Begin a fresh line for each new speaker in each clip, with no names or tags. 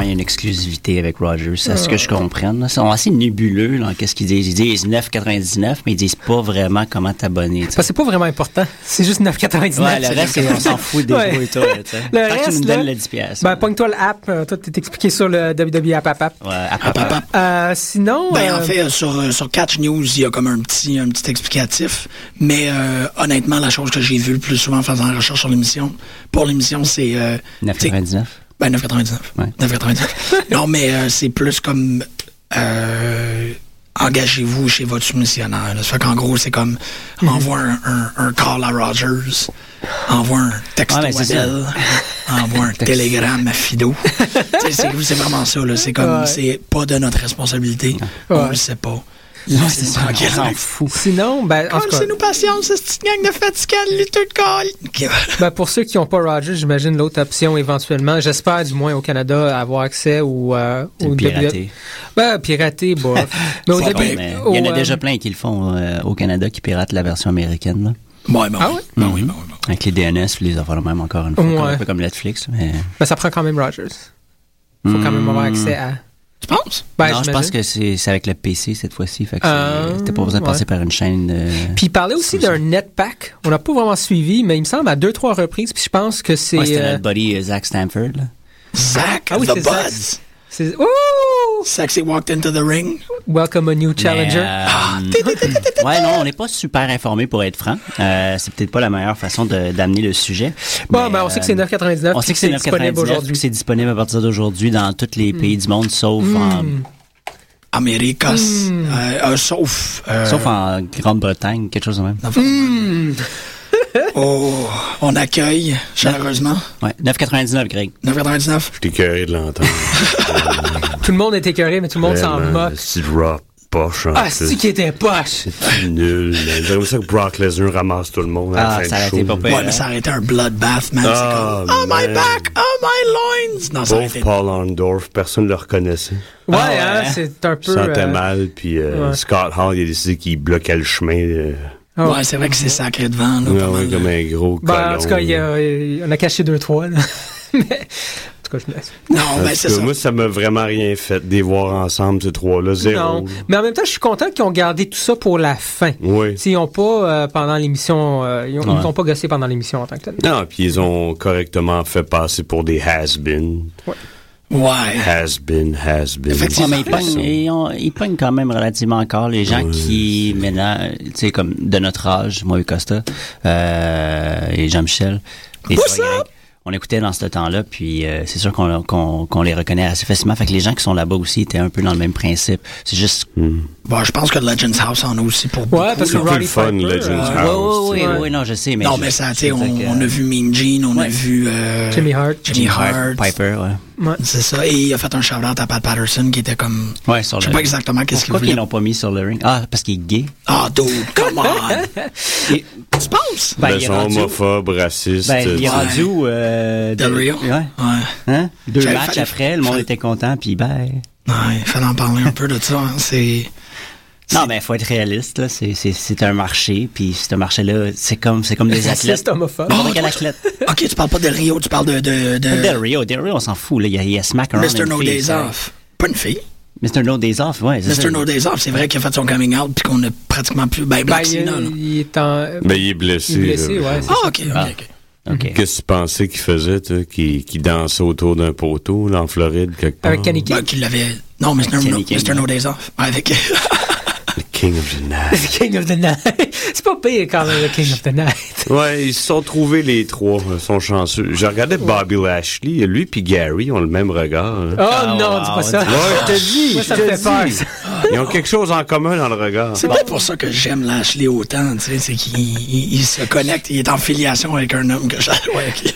exclusivité avec Rogers, à ce que
Ah.
je comprenne. là. Ils sont assez nébuleux dans qu'est-ce qu'ils disent. Ils disent 9,99, mais ils disent pas vraiment comment t'abonner. tu sais.
Parce que c'est pas vraiment important. C'est juste 9,99.
Ouais, le reste,
c'est-
on s'en fout des
Ouais.
ouais. toi, là, tu sais.
Le
Tant que tu
reste,
nous
là,
donnes le 10 piastres.
Ben, pogne-toi l'app. euh, Toi, t'es expliqué sur le WWE app, app, app.
Ouais, à peu près.
Euh, sinon.
Ben,
euh,
en fait, sur, euh, sur Catch News, il y a comme un petit, un petit explicatif. Mais euh, honnêtement, la chose que j'ai vue le plus souvent en faisant la recherche sur l'émission, pour l'émission, c'est. euh, tu sais,
9,99.
Ben, 9,99.
Ouais.
9,99. non, mais euh, c'est plus comme. euh, Engagez-vous chez votre soumissionnaire. là. Ça fait qu'en gros, c'est comme
Mhm.
envoie un, un- un call à Rogers, envoie un texto
Ouais, ben,
à
c'est ça.
elle, envoie un télégramme à Fido. Tu sais, c'est c'est vraiment ça. là. C'est comme,
Ouais.
c'est pas de notre responsabilité. On le sait pas.
C'est ça, on s'en fout.
Sinon, ben, en tout cas,
c'est nous patience, cette petite gang de fatigants, de lutteurs de colle.
ben, pour ceux qui n'ont pas Rogers, j'imagine l'autre option éventuellement. J'espère du moins au Canada avoir accès au, euh, au
Piraté.
WWE. Ben, pirater, bof. mais au
C'est
Bon,
début,
mais
au,
Il y en a
euh,
déjà plein qui le font euh, au Canada, qui piratent la version américaine, là.
Ouais, ben
Ah
oui.
ouais?
Ben oui, ben oui, ben oui.
Avec les DNS, puis les affaires de même encore une fois,
Ouais.
comme- un peu comme Netflix. Mais...
ben, ça prend quand même Rogers. Faut quand même avoir accès à.
Tu penses?
Ben,
Hmm. non, je
j'imagine.
pense que c'est c'est avec le PC cette fois-ci. Fait que
Euh,
c'est- t'as pas besoin de passer
ouais.
par une chaîne. euh,
Puis il parlait aussi d'un netpack. On n'a pas vraiment suivi, mais il me semble à deux, trois reprises. Puis je pense que c'est.
ouais, c'était
euh,
notre buddy euh, Zach Stanford. Là.
Zach,
Ah oui,
the
c'est Zach.
buds.
c'est- Ouh!
Sexy walked into the ring.
Welcome a new challenger. Ah,
Mais, euh, ouais, non, on n'est pas super informé pour être franc. Euh, c'est peut-être pas la meilleure façon de- d'amener le sujet.
bon,
Mais,
ben, on sait que c'est
euh,
9,99.
On
puis
sait que c'est
disponible
9,99 que
aujourd'hui. Hmm.
c'est disponible à partir d'aujourd'hui dans tous les pays du monde, sauf en,
Americas. Euh, euh, sauf. euh,
sauf en Grande-Bretagne, quelque chose de même.
oh, on accueille chaleureusement.
Ouais, 9,99 Greg.
9,99.
Je suis écœuré de l'entendre.
Tout le monde est écœuré, mais tout le monde s'en
Vraiment,
moque.
Si rock poche, en
Ah,
plus.
c'est qui était poche!
C'est nul. J'aimerais ça que Brock Lesnar ramasse tout le monde à la
Ah,
fin
ça aurait
du show.
été pas pire.
Ouais,
Ouais,
mais
hein.
ça aurait été un bloodbath, man.
Ah,
c'est comme, oh my
man.
back, oh my loins. Non, ça aurait
Pauvre
été.
Paul Orndorff, personne ne le reconnaissait.
Ouais,
ouais.
hein, c'est un
Il
peu.
sentait
euh,
mal, puis euh,
ouais.
Scott Hall, il a décidé qu'il bloquait le chemin. euh,
Ah ouais.
Ouais, c'est vrai que c'est sacré devant, là.
ouais,
pas
ouais,
mal,
comme
là.
un gros
Ben, en tout
colon,
cas, il y
là.
a- il- on a caché deux, trois. là. mais, en tout cas, je me laisse.
Non,
En
ben
tout
c'est
cas,
ça.
Moi, ça m'a vraiment rien fait de les voir ensemble, ces trois-là. Zéro.
Non. Mais en même temps, je suis content qu'ils ont gardé tout ça pour la fin.
Oui.
S'ils n'ont pas, euh, pendant l'émission, euh, ils
Ouais.
n'ont pas gossé pendant l'émission en tant que tel.
Non, puis ils ont correctement fait passer pour des has-been.
Ouais.
Has-been, has-been.
Ouais,
Effectivement.
mais ils pognent, et on- ils pognent quand même relativement encore les gens qui, maintenant, tu sais, comme de notre âge, moi et Costa, euh, et Jean-Michel, et
What's
Sarah Gregg, on écoutait dans ce temps-là, puis euh, c'est sûr qu'on qu'on- qu'on les reconnaît assez facilement. Fait que les gens qui sont là-bas aussi étaient un peu dans le même principe. C'est juste...
Bon, je pense que Legends House en a aussi pour beaucoup.
parce que
C'est plus
Roddy
le fun,
Piper,
Legends
euh,
Oui,
House.
oui,
tu sais.
oui, non, je sais, mais...
Non,
je-
mais ça, tu
je
sais, on,
veux dire que-
on a vu Mean Jean, on a vu. euh,
Jimmy Hart.
Jimmy Hart.
Piper, ouais.
C'est ça. Et il a fait un shout-out à Pat Patterson qui était comme.
Ouais, sur
Je
le
sais pas
ring.
exactement qu'est-ce qu'il
Pourquoi qu'ils
voulait.
l'ont pas mis sur le ring? Ah, parce qu'il est gay.
Ah, dude, come on.
Et-
tu penses?
ben,
Ils
il est
sont
rendu-
homophobes, racistes.
Ben, il est
tu sais.
rendu où, euh,
Del Rio?
Ouais.
Ouais.
Hein? Deux
J'avais
matchs
fait-
après, le monde était content, puis ben...
Ouais, il fallait en parler un peu de ça. hein. C'est.
Non, mais il faut être réaliste, là. C'est, c'est, c'est un marché, puis ce marché-là, c'est comme, c'est comme des
C'est
athlètes.
homophobe.
N'importe quel athlète.
Ok, tu parles pas de Rio, tu parles de. de, de
Del Rio, Del Rio, on s'en fout, là. Il y a, il y a Smack around
Mr.
une
Euh. No
fille,
Days
ça.
Off. Pas une fille.
Mr. No Days Off, ouais. c'est ça.
Mr. No Days Off, c'est vrai qu'il a fait son coming out puis qu'on a pratiquement plus. Ben,
Ben,
Black
il,
Cena, là.
il est en.
Ben, il est blessé.
il est blessé,
là.
ouais. c'est-
Ah, ok, ok, ok.
OK.
Qu'est-ce que tu pensais qu'il faisait, toi, qui, qui dansait autour d'un poteau, là, en Floride, quelque part?
Avec Kenny King.
Ben, qu'il l'avait. Non, Mr. No,
Kenny King,
Mr. no Days Off. Ouais, Avec.
Le King of the Night.
King of the Night. C'est pas pire quand même, le King of the Night.
Ouais, ils se sont trouvés les trois, ils sont chanceux. Je regardais Bobby Lashley, lui puis Gary ont le même regard. hein.
Oh
Ah,
non, dis pas ça.
Ouais, je te dis,
Moi, ça
je
me
te
fait peur. ça.
dis. Ils ont quelque chose en commun dans le regard.
C'est peut-être pour ça que j'aime Lashley autant, tu sais, c'est qu'il il- il se connecte, il est en filiation avec un homme que j'adore. Ouais, ok.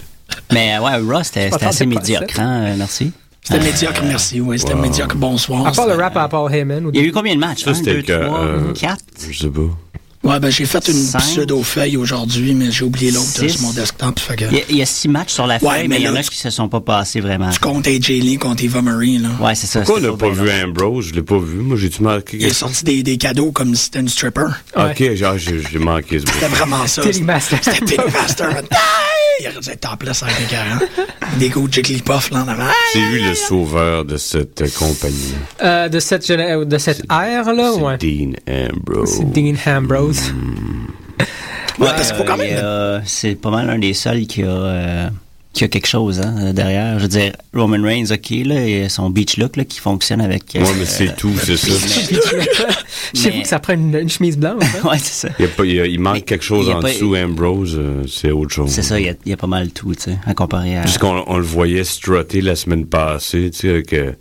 Mais euh, ouais, Raw, c'était, c'était
pensé
assez
pas à
médiocre, hein, euh, merci.
C'était médiocre, merci, ouais, c'était médiocre, bonsoir.
À part le
c'était-
rap à Paul Heyman. ou-
Il y a eu combien de matchs?
Ça,
Un,
c'était
deux,
que,
trois,
euh,
quatre?
Je sais pas.
Ouais, ben j'ai fait une
Cinq.
pseudo-feuille aujourd'hui, mais j'ai oublié l'autre
Six.
sur mon desktop, fait que...
Il y, a, il y a six matchs sur la
Ouais,
feuille,
mais
mais il y en
là,
a
tu-
qui se sont pas passés vraiment.
Tu comptes AJ Lee contre Eva Marie, là.
Ouais, c'est ça.
Pourquoi on
c'était
n'a pas
bien
vu
long.
Ambrose? Je l'ai pas vu. Moi, j'ai-tu manqué
Il est
quelque
sorti des, des cadeaux comme si c'était une stripper.
Ok, genre, ah, j'ai j'ai manqué ce bout.
C'était vraiment ça.
Tilly Master.
C'était Tilly Master. il aurait dû être en place avec les 40. Des gros Jigglypuff là en avant.
C'est lui le sauveur de cette euh, compagnie.
Euh, de cette, géné- euh, de cette ère,
Ah,
là,
C'est
ouais.
Dean Ambrose.
C'est Dean Ambrose.
Ouais, parce qu'il faut
Euh,
quand même.
il y a- c'est pas mal un des seuls qui a, euh, qui a quelque chose hein, derrière. Je veux dire, Roman Reigns, OK, là, et son beach look là, qui fonctionne avec... euh,
Ouais, mais c'est tout, c'est ça.
mais-
Je sais pas que ça prend une, une chemise blanche. hein.
ouais, c'est ça.
Il, y a pas- il y a- il manque
Mais
quelque chose
il y a
en
pas-
dessous, Ambrose, euh, c'est autre chose.
C'est ça, il y, a, il y a pas mal tout, tu sais, à comparer à...
Puisqu'on on le voyait strotter la semaine passée, tu sais, avec, euh,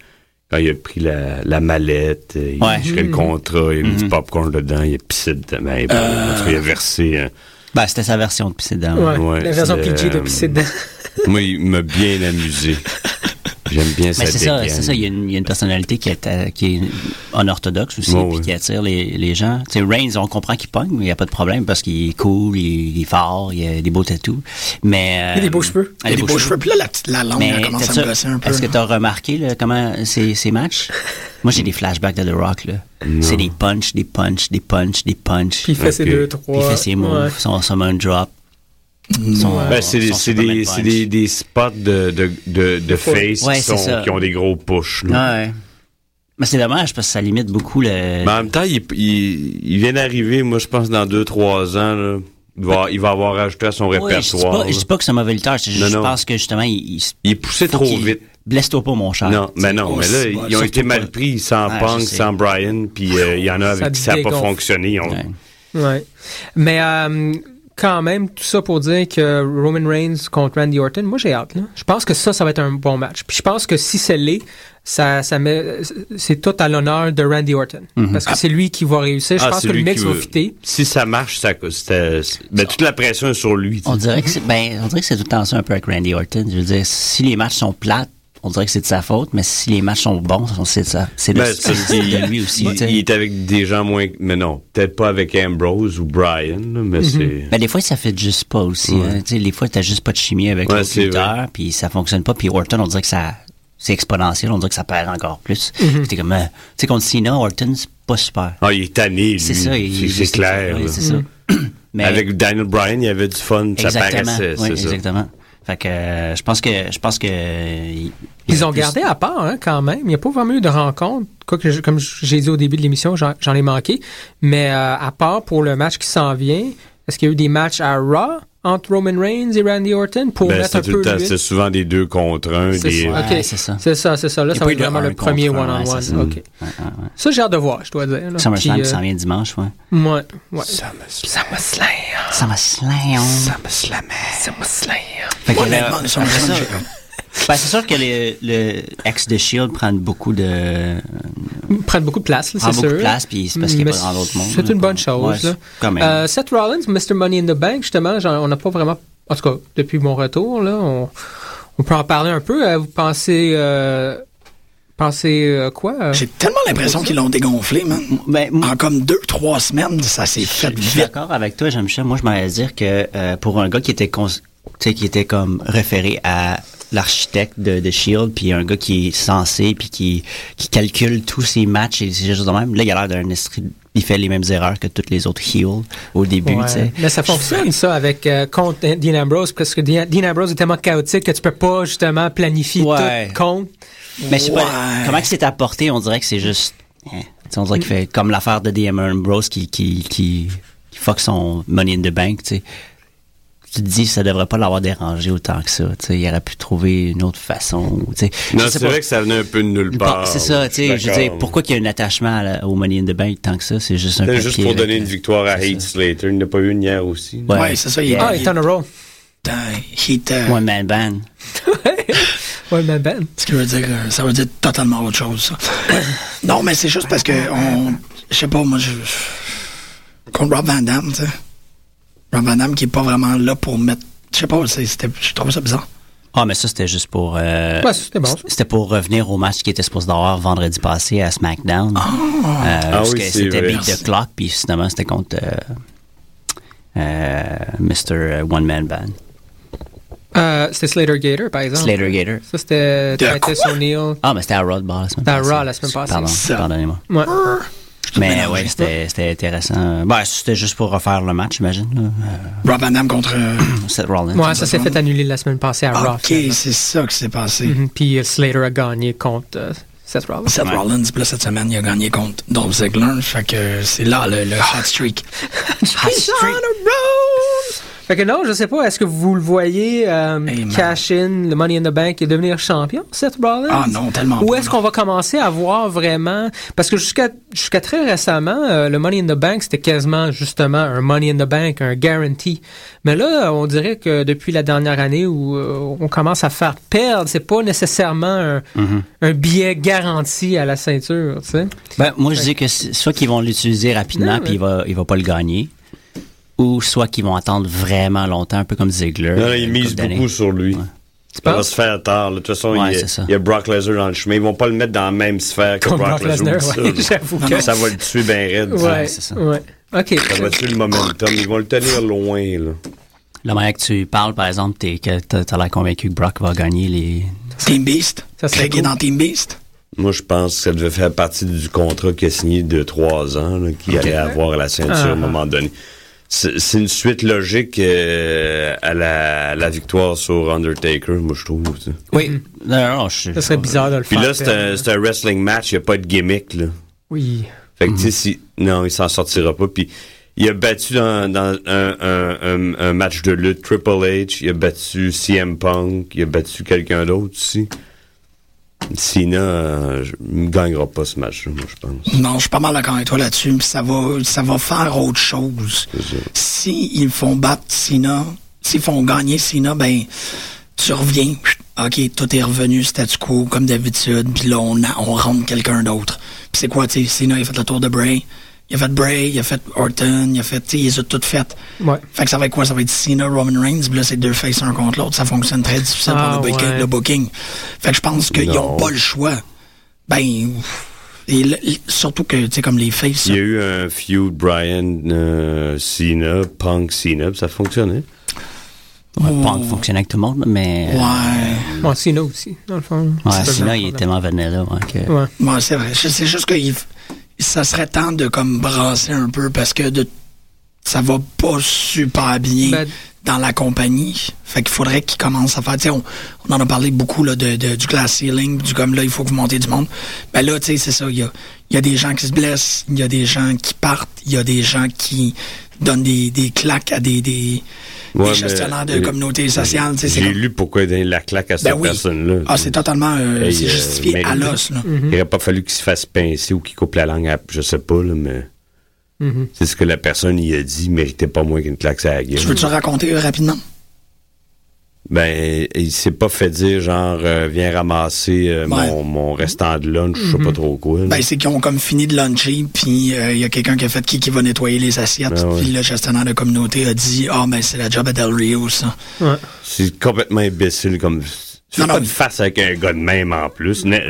quand il a pris la, la mallette, euh, il
Ouais.
a
Mm-hmm.
tiré le contrat, il a mis du popcorn dedans, il a pissé dedans, mais bon, en
Euh.
tout cas, il a versé. hein.
Ben, c'était sa version de pisser dedans.
Ouais,
Ouais,
la version
c'est,
PG de
euh,
pisser dedans.
Moi, il m'a bien amusé. J'aime bien
Mais
sa
Ben, c'est ça,
dégaine.
c'est ça. Il y, a une, il y a une personnalité qui est, euh, qui est unorthodoxe aussi,
Ouais,
puis
ouais.
qui attire les, les gens. Tu sais, Reigns, on comprend qu'il pogne, mais il n'y a pas de problème parce qu'il est cool, il, il est fort, il a des beaux tatous. Mais,
Il a des beaux cheveux.
ah,
Il y a des beaux cheveux. Puis là, la petite la langue, elle
Mais
commence à
t'as-
me gosser un peu.
est-ce que
là.
tu as remarqué là, comment ces, ces matchs? Moi, j'ai des flashbacks de The Rock. là. C'est des punches, des punches, des punches, des punches.
Puis il fait ses
Ok.
deux,
Puis
trois.
Puis il fait ses moves,
Ouais.
son summon drop. son, euh,
Ben, c'est des,
son
c'est
Superman
des,
punch.
c'est des, des spots de, de, de, de face
Ouais,
qui,
c'est
sont-
ça.
qui ont des gros pushs. là.
Ah, Ouais. Mais c'est dommage parce que ça limite beaucoup le.
Mais en même temps, il, il, il vient d'arriver, moi, je pense, dans 2-3 ans, là, il, va, il va avoir ajouté à son
Ouais, je dis
répertoire.
pas, je dis
là.
pas que c'est un mauvais lutteur, c'est juste
Non,
je
non.
pense que justement, il, il se-
il est poussé
faut
trop
qu'il-
vite.
Blesse-toi pas, mon cher.
Non, mais non,
on
mais là,
s-
ils ont
surtout
été
pas-
mal pris sans
Ouais,
Punk,
je sais.
sans Brian, puis euh, il y en a avec
Ça
qui ça n'a pas
dégonfle.
fonctionné. ils ont-
Ouais.
Ouais. Mais euh, quand même, tout ça pour dire que Roman Reigns contre Randy Orton, moi j'ai hâte. Là. Je pense que ça, ça va être un bon match. Puis je pense que si c'est l'est, ça, ça met, c'est tout à l'honneur de Randy Orton. Parce que c'est lui qui va réussir. Je
Mhm. Ah,
pense
c'est
que le
lui
mix
qui
va
veut-
fitter.
Si ça marche, ça, c'était- ben, toute la pression est sur lui. tu
On
sais.
dirait que c'est ben, on dirait que c'est tout le temps ça un peu avec Randy Orton. Je veux dire, si les matchs sont plates, on dirait que c'est de sa faute, mais si les matchs sont bons, c'est de sa c'est de,
Ben,
c'est
ça,
de-
c'est-
de lui aussi.
il,
tu sais.
il est avec des gens moins. Mais non, peut-être pas avec Ambrose ou Brian, là, mais c'est.
Ben, des fois, ça fait juste pas aussi. hein. Tu sais, des fois, t'as juste pas de chimie avec
Ouais,
l'autre
c'est
lutteur, puis ça fonctionne pas. Puis Orton, on dirait que ça, c'est exponentiel, on dirait que ça perd encore plus.
Mm-hmm.
Puis T'es comme, euh, tu sais, contre Cena, Orton, c'est pas super.
Ah, il est tanné, lui.
C'est ça, il-
C'est- C'est
juste-
clair.
ouais,
là.
c'est ça.
Mm-hmm.
Mais-
Avec Daniel Bryan, il y avait du fun, ça paraissait.
oui,
c'est ça. Ben,
exactement. Fait que euh, je pense que je pense que euh, il- il y
Ils
a
ont
plus-
gardé à part hein, quand même. Il n'y a pas vraiment eu de rencontre. Quoique, je- comme j'ai dit au début de l'émission, j'en j'en ai manqué. Mais euh, à part pour le match qui s'en vient, est-ce qu'il y a eu des matchs à Raw entre Roman Reigns et Randy Orton pour
Ben,
mettre un
c'est tout le
peu
temps,
l'huile?
c'est souvent des deux contre un.
C'est
Des,
ça.
Ouais,
Ok.
c'est ça.
C'est ça, c'est ça.
Il y
Là,
a
ça
pas
va
eu
être
de
vraiment
un
le premier
contre un, ouais,
one-on-one.
c'est ça.
OK.
Ouais, ouais, ouais.
Ça, j'ai hâte de voir, je dois dire. Là.
SummerSlam
Puis,
qui
euh,
s'en vient dimanche, ouais.
Ouais, ouais.
SummerSlam. SummerSlam. Fait que
Moi,
là,
honnêtement, sur
après
le
ça,
moment, j'ai-
ben, c'est sûr que le, le ex de Shield prend beaucoup de
Ils prennent beaucoup de place, là,
prend
c'est
beaucoup
sûr.
de place puis c'est parce qu'il n'y a pas
Mais
dans d'autres mondes.
C'est
là.
une bonne
Ouais,
chose. là.
c'est- Quand même.
Euh, Seth Rollins, Mr. Money in the Bank, justement, j'en- on n'a pas vraiment. En tout cas, depuis mon retour, là, on, on peut en parler un peu. Euh, Vous pensez. euh, pensez euh, quoi euh?
J'ai tellement l'impression qu'ils l'ont dégonflé, man.
Ben, moi-
En comme deux, trois semaines, ça s'est fait
Je suis
vite.
d'accord avec toi, Jean-Michel. Moi, je m'allais dire que euh, pour un gars qui était, cons- tu sais, qui était comme référé à l'architecte de, de Shield, puis un gars qui est sensé, puis qui, qui calcule tous ses matchs et c'est juste de même. Là, il a l'air d'un esprit. Il fait les mêmes erreurs que tous les autres heels au début,
Ouais.
tu sais.
Mais ça fonctionne, ça, avec euh, contre Dean Ambrose, parce que Dean, Dean Ambrose est tellement chaotique que tu peux pas, justement, planifier
Ouais.
tout contre.
Mais je sais pas
Ouais.
comment que c'est apporté, on dirait que c'est juste. hein, tu sais, on dirait qu'il fait comme l'affaire de DM Ambrose qui, qui, qui, qui fuck son money in the bank, tu sais. Tu te dis, ça devrait pas l'avoir dérangé autant que ça, tu sais. Il aurait pu trouver une autre façon, tu sais.
Non,
Je sais
c'est
pas.
vrai que ça venait un peu de nulle
Une
part.
part- C'est ça,
ouais,
tu sais. Je veux
suis
dire,
d'accord.
pourquoi qu'il y a un attachement à la- au money in the bank tant que ça? C'est juste un
C'était
papier
juste pour
avec,
donner
euh,
une victoire à Heath Slater. Il n'a pas eu une hier aussi.
Ouais.
Ouais, c'est ça. Il est
Ah, il est on a roll.
euh, il est, euh,
One man band.
Ouais, ben, ben.
Ce qui veut dire, euh, ça veut dire totalement autre chose, ça. non, mais c'est juste parce que, on, je sais pas, moi, je. je- Contre Rob Van Damme, tu sais. Rob Van Damme qui est pas vraiment là pour mettre. Je sais pas, c'est- c'était- je trouve ça bizarre.
Ah, mais ça, c'était juste pour. euh,
Ouais, c'était bon, ça.
C'était pour revenir au match qui était supposé d'avoir vendredi passé à SmackDown. Euh, parce
Oh! Ah oui,
que
c'est
c'était
vrai.
Big the Clock, puis finalement, c'était contre euh, euh, Mr. One Man Band.
Euh, c'était Slater Gator, par exemple.
Slater Gator.
Ça, c'était euh,
De
Titus
quoi?
O'Neill.
Ah, mais c'était à Raw de Bar la semaine
C'était à
passée.
Raw la semaine passée.
Pardon,
Ça.
pardonnez-moi.
Ouais.
Je
Mais
mélange.
ouais, c'était c'était intéressant. Ben, c'était juste pour refaire le match, j'imagine. là.
Rob Van Damme contre.
Euh, Seth Rollins.
Ouais, ça s'est fait annuler la semaine passée à Raw.
Ah, ok,
finalement.
c'est ça Mm-hmm. qui s'est passé.
Mhm, Puis euh, Slater a gagné contre euh, Seth Rollins.
Seth Rollins, puis là, cette semaine, il a gagné contre Dolph Ziggler. Fait que c'est là le, le hot streak. hot
He's on a roll! Fait que non, je sais pas, est-ce que vous le voyez euh,
Hey, man.
cash in, le Money in the Bank et devenir champion, Seth Rollins?
Ah non, tellement
Où
pas,
est-ce
non.
qu'on va commencer à voir vraiment... Parce que jusqu'à jusqu'à très récemment, euh, le Money in the Bank, c'était quasiment justement un Money in the Bank, un guarantee. Mais là, on dirait que depuis la dernière année où euh, on commence à faire perdre, c'est pas nécessairement un,
Mm-hmm.
un billet garanti à la ceinture, tu sais.
Ben, moi, je dis que c'est- soit qu'ils vont l'utiliser rapidement,
Non,
puis il va, il va pas le gagner, ou soit qu'ils vont attendre vraiment longtemps, un peu comme Ziggler.
Non, non,
euh,
il
une
mise
couple d'années.
beaucoup sur lui.
Tu
Ça va
penses?
se faire tard. là. De toute façon,
Ouais,
il, y
c'est ça.
a, il y a Brock Lesnar dans le chemin. Ils vont pas le mettre dans la même sphère que
Comme
Brock,
Brock
Lesnar.
Lesnar, ouais,
ça, là.
j'avoue
Non,
que-
non, ça va le tuer bien raide. ça.
Ouais,
c'est ça.
ouais. OK.
Ça va tuer le momentum. Ils vont le tenir loin. Là.
La manière que tu parles, par exemple, t'es, que t'as, t'as l'air convaincu que Brock va gagner les.
Team Beast.
Ça serait
Craig est
cool.
dans Team Beast.
Moi, je pense que ça devait faire partie du contrat qu'il a signé de trois ans, là, qu'il allait avoir à la ceinture à un
Ah.
moment donné. C'est c'est une suite logique euh, à la, à la victoire sur Undertaker, moi, je trouve. ça.
Oui. Non, non, non, oh, je-
Ça serait bizarre de le
Puis
faire.
là, c'est
perdre,
un, c'est un wrestling match, il n'y a pas de gimmick. Là.
Oui.
Fait que, tu sais,
Mhm.
si- non, il s'en sortira pas. Puis, il a battu dans, dans un, un- un- un match de lutte Triple H, il a battu CM Punk, il a battu quelqu'un d'autre aussi. Cena euh, je- ne gagnera pas ce match, moi, je pense.
Non, je suis pas mal d'accord avec toi là-dessus, mais ça va, ça va faire autre chose. Si ils font battre Sina, s'ils font gagner Sina, ben, tu reviens. chut, OK, tout est revenu statu quo, comme d'habitude, puis là, on, a- on rentre quelqu'un d'autre. Puis c'est quoi, tu sais, Sina, il a fait le tour de Bray, il a fait Bray, il a fait Orton, il a fait, tu sais, ils les ont toutes faites.
Ouais.
Fait que ça va être quoi? Ça va être Cena, Roman Reigns, puis là, c'est deux faces un contre l'autre. Ça fonctionne très difficile
Ah,
pour le, booking,
ouais.
le booking. Fait que je pense qu'ils
Non.
n'ont pas le choix. Ben, ouf. Et le- le- surtout que, tu sais, comme les faces,
Il y a eu un feud Brian euh, Cena, Punk Cena, puis ça fonctionnait.
Ouais, Punk fonctionnait avec tout le monde, mais.
ouais.
Bon, Cena aussi, dans le fond.
Ouais,
C'est
sinon,
pas
il est
grave.
tellement Vanilla, ouais, que.
Ouais.
Ouais, c'est vrai. Je- C'est juste que il f- ça serait temps de, comme, brasser un peu parce que de, ça va pas super bien
Ben-
dans la compagnie. Fait qu'il faudrait qu'ils commencent à faire, tu sais, on, on en a parlé beaucoup, là, de, de- du glass ceiling, du comme, là, il faut que vous montez du monde. Ben là, tu sais, c'est ça. Il y a, il y a des gens qui se blessent, il y a des gens qui partent, il y a des gens qui donnent des, des claques à des, des, des
Ouais, mais-
gestionnaires de
euh,
communautés sociales, tu sais, c'est
J'ai
comme-
lu pourquoi il donnait la claque à cette
Ben oui.
personne-là.
Ah, c'est totalement, euh,
Hey,
c'est
euh,
justifié à
mérité.
l'os, là.
Il n'aurait pas fallu qu'il se fasse pincer ou qu'il coupe la langue à. Je sais pas, là, mais. C'est ce que la personne y a dit, il méritait pas moins qu'une claque à la gueule.
Tu veux-tu raconter euh, rapidement?
Mm. Ben, il s'est pas fait dire, genre, euh, viens ramasser euh,
Ouais.
mon, mon restant de lunch, je sais pas trop quoi. là.
Ben, c'est qu'ils ont comme fini de luncher, puis euh, il y a quelqu'un qui a fait qui, qui va nettoyer les assiettes,
Ah ouais.
puis le gestionnaire de communauté a dit Ah, ben, c'est la job à Del Rio, ça.
Ouais.
C'est complètement imbécile comme. Tu fais
Non,
pas
non.
de face avec un gars de même en plus. Mais,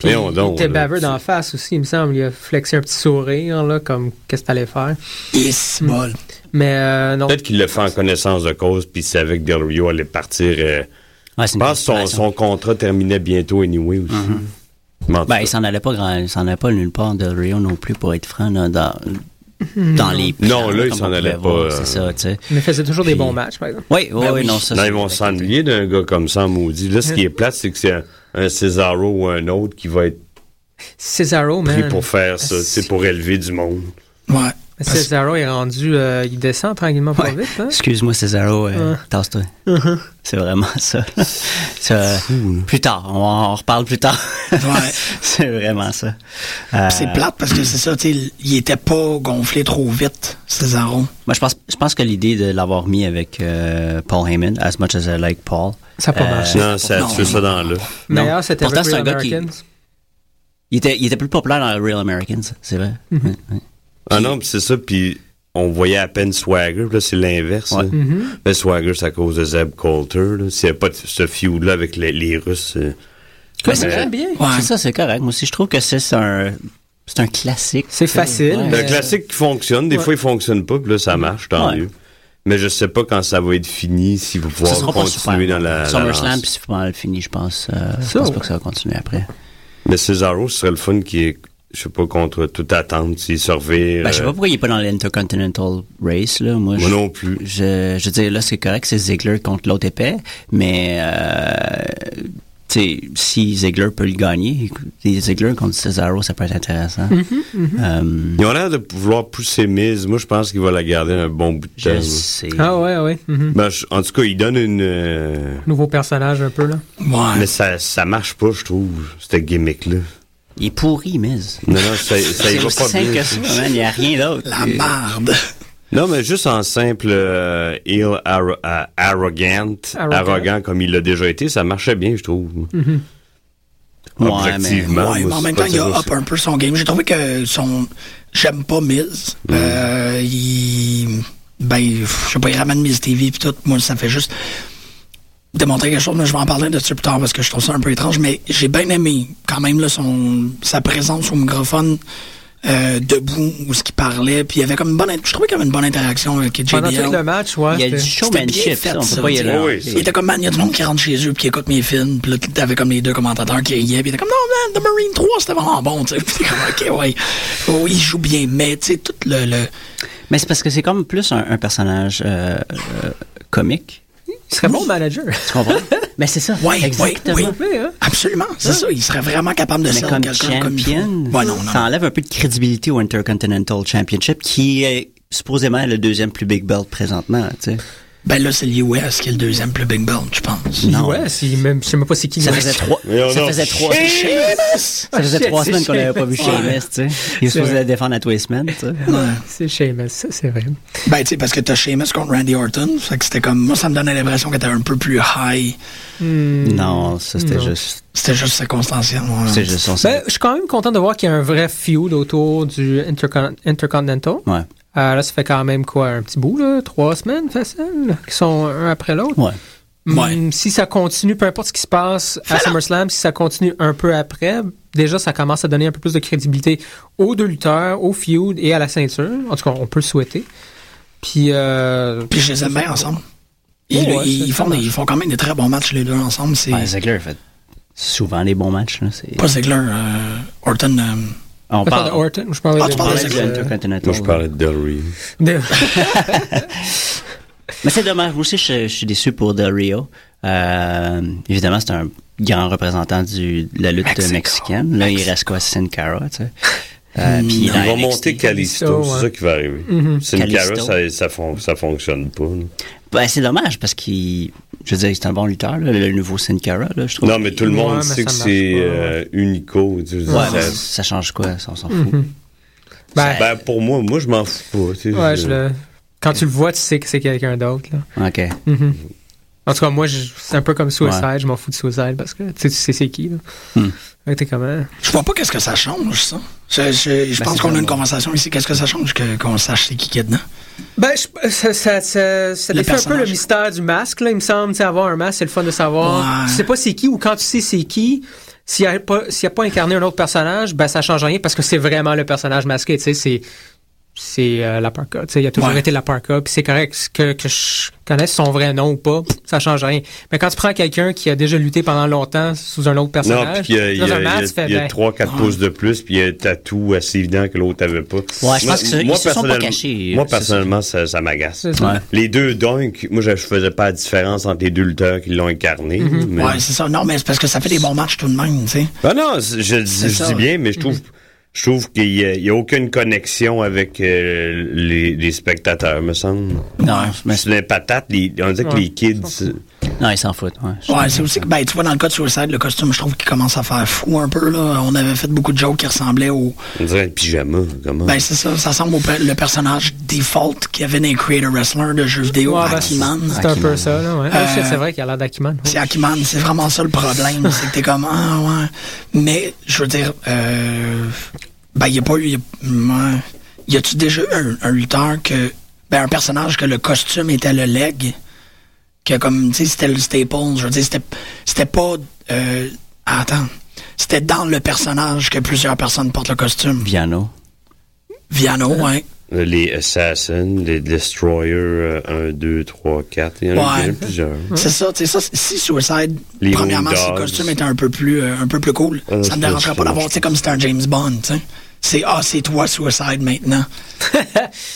voyons
il
donc,
était
là.
baveux d'en face aussi, il me semble. Il a flexé un petit sourire, là, comme qu'est-ce que t'allais faire.
Mm.
Et c'est bol.
Mais euh, non.
Peut-être qu'il le fait en connaissance de cause, puis il savait que Del Rio allait partir. euh,
Ouais, c'est
je
une
pense que son,
conspiration.
son contrat terminait bientôt, anyway, aussi. Mais en tout
Ben,
cas,
il s'en allait pas grand, il s'en allait pas nulle part de Rio non plus, pour être franc, là, dans, dans les plans,
Non, là, il
comme
s'en
on
allait
pouvait voir,
pas, euh,
C'est ça, tu sais.
Mais il faisait toujours des
Puis-
bons matchs, par exemple.
Oui, oui,
Ben
oui,
oui.
non, ça.
Non,
c'est-
ils vont s'ennuyer d'un gars comme ça, maudit. Là, ce qui est plate, c'est que c'est un, un Cesaro ou un autre qui va être
Cesaro,
pris
Ben,
man.
pour faire ça, c'est pour élever du monde.
Ouais. Parce-
Cesaro est rendu. euh, il descend tranquillement pas
Ouais.
vite, hein.
Excuse-moi, Cesaro, euh,
Ouais.
tasse-toi. C'est vraiment ça. Ça, plus tard, on, en- on reparle plus tard.
Ouais.
c'est vraiment ça. Euh,
Puis c'est plate parce que c'est ça, tu sais, il était pas gonflé trop vite, Césaro.
Moi, je pense, je pense que l'idée de l'avoir mis avec euh, Paul Heyman, as much as I like Paul,
Ça a pas
Euh,
marché.
Non, ça
non.
tue ça dans l'œuf.
non.
D'ailleurs, c'était
Pourtant,
Real
c'est un gars qui-
Americans.
il était, il était plus populaire dans Real Americans, c'est vrai.
Mhm.
Ouais, ouais.
Ah non, puis c'est ça, puis on voyait à peine Swagger, puis là, c'est l'inverse.
Ouais. Mm-hmm.
là. Mais Swagger, c'est à cause de Zeb Coulter. là. S'il n'y a pas de- ce feud-là avec les, les Russes... euh,
Que
Mais-
ça j'aime bien.
Ouais.
C'est ça, c'est correct. Moi aussi, je trouve que c'est c'est un, c'est un classique.
C'est facile,
Ouais.
mais-
Le
Euh,
classique qui fonctionne, des
ouais.
fois il fonctionne pas, puis là ça marche, tant
Ouais.
mieux. Mais je sais pas quand ça va être fini, si vous
Ce
pouvez
sera pas super.
continuer dans la. la
SummerSlam,
lance.
puis c'est pas mal fini, je pense. Euh, je
Ça,
pense pas
ouais.
que ça va continuer après.
Mais Cesaro, ce serait le fun qui est je sais pas, contre toute attente, s'il se revire.
Ben, je sais pas
euh,
pourquoi il est pas dans l'Intercontinental Race, là.
Moi
Moi, je,
non plus.
Je, je veux dire, là, c'est correct, c'est Ziggler contre l'autre épais, mais, euh, tu sais, si Ziggler peut le gagner, écoute, Ziggler contre Cesaro, ça peut être intéressant.
Mhm.
Euh,
Ils ont l'air de vouloir pousser mise. Moi, je pense qu'il va la garder un bon bout de temps.
je
là.
sais.
Ah ouais, ouais. mhm.
Ben, je- en tout cas, il donne une. euh,
Nouveau personnage un peu, là.
Ouais.
Mais ça, ça marche pas, je trouve, cette gimmick-là.
Il est pourri, Miz.
Non, non, ça, ça y
C'est
va
aussi
pas
simple
bien.
que ça, man, Il n'y a rien d'autre.
La marde.
Non, mais juste en simple euh, heel arro- euh, arrogant,
Arrogant. Mhm.
arrogant comme il l'a déjà été, ça marchait bien, je trouve.
Ouais,
Objectivement.
Ouais, mais
moi,
en
c'est
même
pas
temps, il a
ça,
up un peu son game. J'ai trouvé que son. J'aime pas Miz.
Mm-hmm.
Euh, il. Ben, je sais pas, il ramène Miz TV pis tout. Moi, ça fait juste démontrer quelque chose, mais je vais en parler de ça plus tard parce que je trouve ça un peu étrange. Mais j'ai bien aimé quand même là, son, sa présence au microphone. euh, debout où ce qu'il parlait puis il y avait comme une bonne in- je trouvais qu'il y avait une bonne interaction avec JBL
Pendant tout le match, ouais.
Il y a du
c'était-
C'était bien
showmanship,
fait,
Ah ça, on
ça,
peut pas y
tu
aller.
sais.
Oui,
Il était comme, man, il y a du monde qui rentre chez eux puis qui écoute mes films. Puis là, t'avais comme les deux commentateurs qui riaient. Puis il était comme, non, man, The Marine 3, c'était vraiment bon, tu sais. Puis t'es comme, ok, ouais. Oh, il joue bien, mais, tu sais, tout le. le...
Mais c'est parce que c'est comme plus un, un personnage euh, euh, comique.
Il serait bon manager.
Tu comprends? Mais c'est ça.
Ouais, ouais,
exactement.
ouais.
S'il vous plaît, hein?
Absolument, c'est ça. Il serait vraiment capable de
Mais
faire
comme
quelqu'un comme il faut.
champion,
Ouais, non,
ça
non.
enlève un peu de crédibilité au Intercontinental Championship, qui est supposément le deuxième plus big belt présentement. Tu sais.
Ben là, c'est l'US qui est le deuxième plus Big Bang, je pense.
Non.
Ouais, si, même, je sais même pas c'est qui.
Ça
le-
faisait trois,
Mais on
ça
a-
faisait trois,
Sheamus!
ça faisait
Shit,
trois
c'est
semaines qu'on n'avait pas vu
Sheamus.
Sheamus. tu sais. Il est
C'est
supposé
vrai.
la défendre à tous les semaines. tu sais.
Mm.
C'est Sheamus, ça, c'est vrai.
Ben, tu sais, parce que t'as Sheamus contre Randy Orton. Fait que c'était comme, moi, ça me donnait l'impression que t'es un peu plus high.
Non, ça c'était
Non.
juste.
C'était juste circonstanciel. ouais.
C'est juste son
Ben, je suis quand même content de voir qu'il y a un vrai feud autour du Intercon- Intercontinental.
Ouais.
Euh, là, ça fait quand même quoi, un petit bout, là, trois semaines facile, qui sont un après l'autre.
Ouais.
Ouais.
Mm, si ça continue, peu importe ce qui se passe à SummerSlam, si ça continue un peu après, déjà, ça commence à donner un peu plus de crédibilité aux deux lutteurs, au feud et à la ceinture. En tout cas, on peut le souhaiter. Puis, euh,
Puis je les aime bien ensemble. Ils,
Ouais, ouais,
ils-
c'est-
ils font
ça
des- ils font quand même des très bons matchs les deux ensemble. C'est
Ouais, Ziggler Ben, fait souvent des bons matchs. Là, c'est-
pas Ziggler, euh, Orton. euh,
On
je parle
parle.
de Orton, je parlais
Ah,
de-
tu
on parlait
de
du
Ziggler.
Intercontinental.
Moi, je parlais de Del Rio.
de-
Mais c'est dommage. Moi aussi, je, je suis déçu pour Del Rio. Euh, évidemment, c'est un grand représentant du, de la lutte
Mexico.
mexicaine. Là, il reste quoi? Sin Cara, tu sais. Euh, puis
Il
dans
va
NXT.
monter Calisto,
Kalisto,
c'est
ouais.
ça qui va arriver.
Mhm.
C'est une
Kalisto.
carrière, ça, ça, fon- ça fonctionne pas. là.
Ben, c'est dommage parce qu'il... Je veux dire, c'est un bon lutteur, là, le nouveau Sin Cara, là, je trouve.
Non, mais tout le
Ouais,
monde
mais
sait
ça
que
marche
c'est
pas, ouais.
euh, unico. tu sais,
Ouais,
ça-
mais ça, ça change quoi? Ça, on s'en
Mhm.
fout.
ben,
ben, pour moi, moi, je m'en fous pas. tu sais,
ouais,
je-
je le- quand tu le vois, tu sais que c'est quelqu'un d'autre. là.
OK.
Mhm. En tout cas, moi, je- c'est un peu comme Suicide,
Ouais.
je m'en fous de Suicide parce que tu sais, tu sais c'est qui. Là.
Hmm.
Fait que t'es comme, hein,
Je vois pas qu'est-ce que ça change, ça. Je, je- je
Ben,
pense
c'est
qu'on a
bien
une
bon.
conversation ici. Qu'est-ce que ça change que- qu'on sache c'est qui qui est dedans?
Ben, je- ça, ça, ça, ça défait
Le
un peu le
personnage.
mystère du masque, là, il me semble. Tu sais, avoir un masque, c'est le fun de savoir.
Ouais.
Tu sais pas c'est qui, ou quand tu sais c'est qui, s'il a pas, s'il a pas incarné un autre personnage, ben, ça change rien parce que c'est vraiment le personnage masqué, tu sais, c'est, c'est euh, la parka. Tu sais, il a toujours
Ouais.
été la parka, puis c'est correct que, que je connaisse son vrai nom ou pas, ça change rien. Mais quand tu prends quelqu'un qui a déjà lutté pendant longtemps sous un autre
Non,
personnage,
puis il y a, il y a-
dans un
il y a-
masque, tu fais,
il y a
ben,
3-4 pouces de plus, puis il y a un tatou assez évident que l'autre n'avait pas.
Ouais, je pense que ça- ils se sont pas cachés,
Moi,
c'est ça.
personnellement, ça, ça m'agace.
C'est ça.
Ouais.
Les deux dunks, moi, je, je faisais pas la différence entre les deux lutteurs qui l'ont incarné. mais-
Mhm. Ouais, c'est ça. Non, mais c'est parce que ça fait des bons matchs tout de même, tu sais.
Ben non, c'est- je, je,
ça. Mhm.
dis bien, mais je trouve, je trouve qu'il n'y a, aucune connexion avec euh, les, les spectateurs, me semble.
Non, mais
C'est des patates, les- on dit que
Ouais,
les kids...
c'est- non, ils s'en foutent. Ouais, Je-
Ouais, c'est aussi que, ben, tu vois, dans le cas de Suicide, le costume, je trouve qu'il commence à faire fou un peu, là. On avait fait beaucoup de jokes qui ressemblaient au.
On dirait le pyjama, comment?
Ben, c'est ça. Ça ressemble au pe- le personnage default qu'il y avait dans les Creator Wrestler de jeux vidéo,
ouais, ben,
Akiman.
c'est un peu
Akiman.
ça, là, ouais. Ah, shit, c'est vrai qu'il a l'air d'Akiman.
C'est Akiman, c'est vraiment ça le problème. c'est que t'es comme, ah ouais. Mais, je veux dire, euh, ben, il a pas eu. Y a, ouais. Y a-tu déjà eu un, un lutteur que. Ben, un personnage que le costume était le leg? Que comme, tu sais, c'était le staple. Je veux dire, c'était, c'était pas. euh, attends. C'était dans le personnage que plusieurs personnes portent le costume.
Viano.
Viano, ouais.
Les Assassins, les euh, Destroyers 1, 2, 3, 4. Il y en a il y en a
Ouais.
plusieurs.
C'est ça, tu sais, ça, si Suicide,
Les
premièrement, ses
Moondogs.
costumes étaient un peu plus, euh, un peu plus cool,
Euh,
ça me
c'est-
dérangerait
c'est-
pas d'avoir, tu sais, comme c'était un James Bond, tu sais. C'est, ah, c'est toi Suicide maintenant.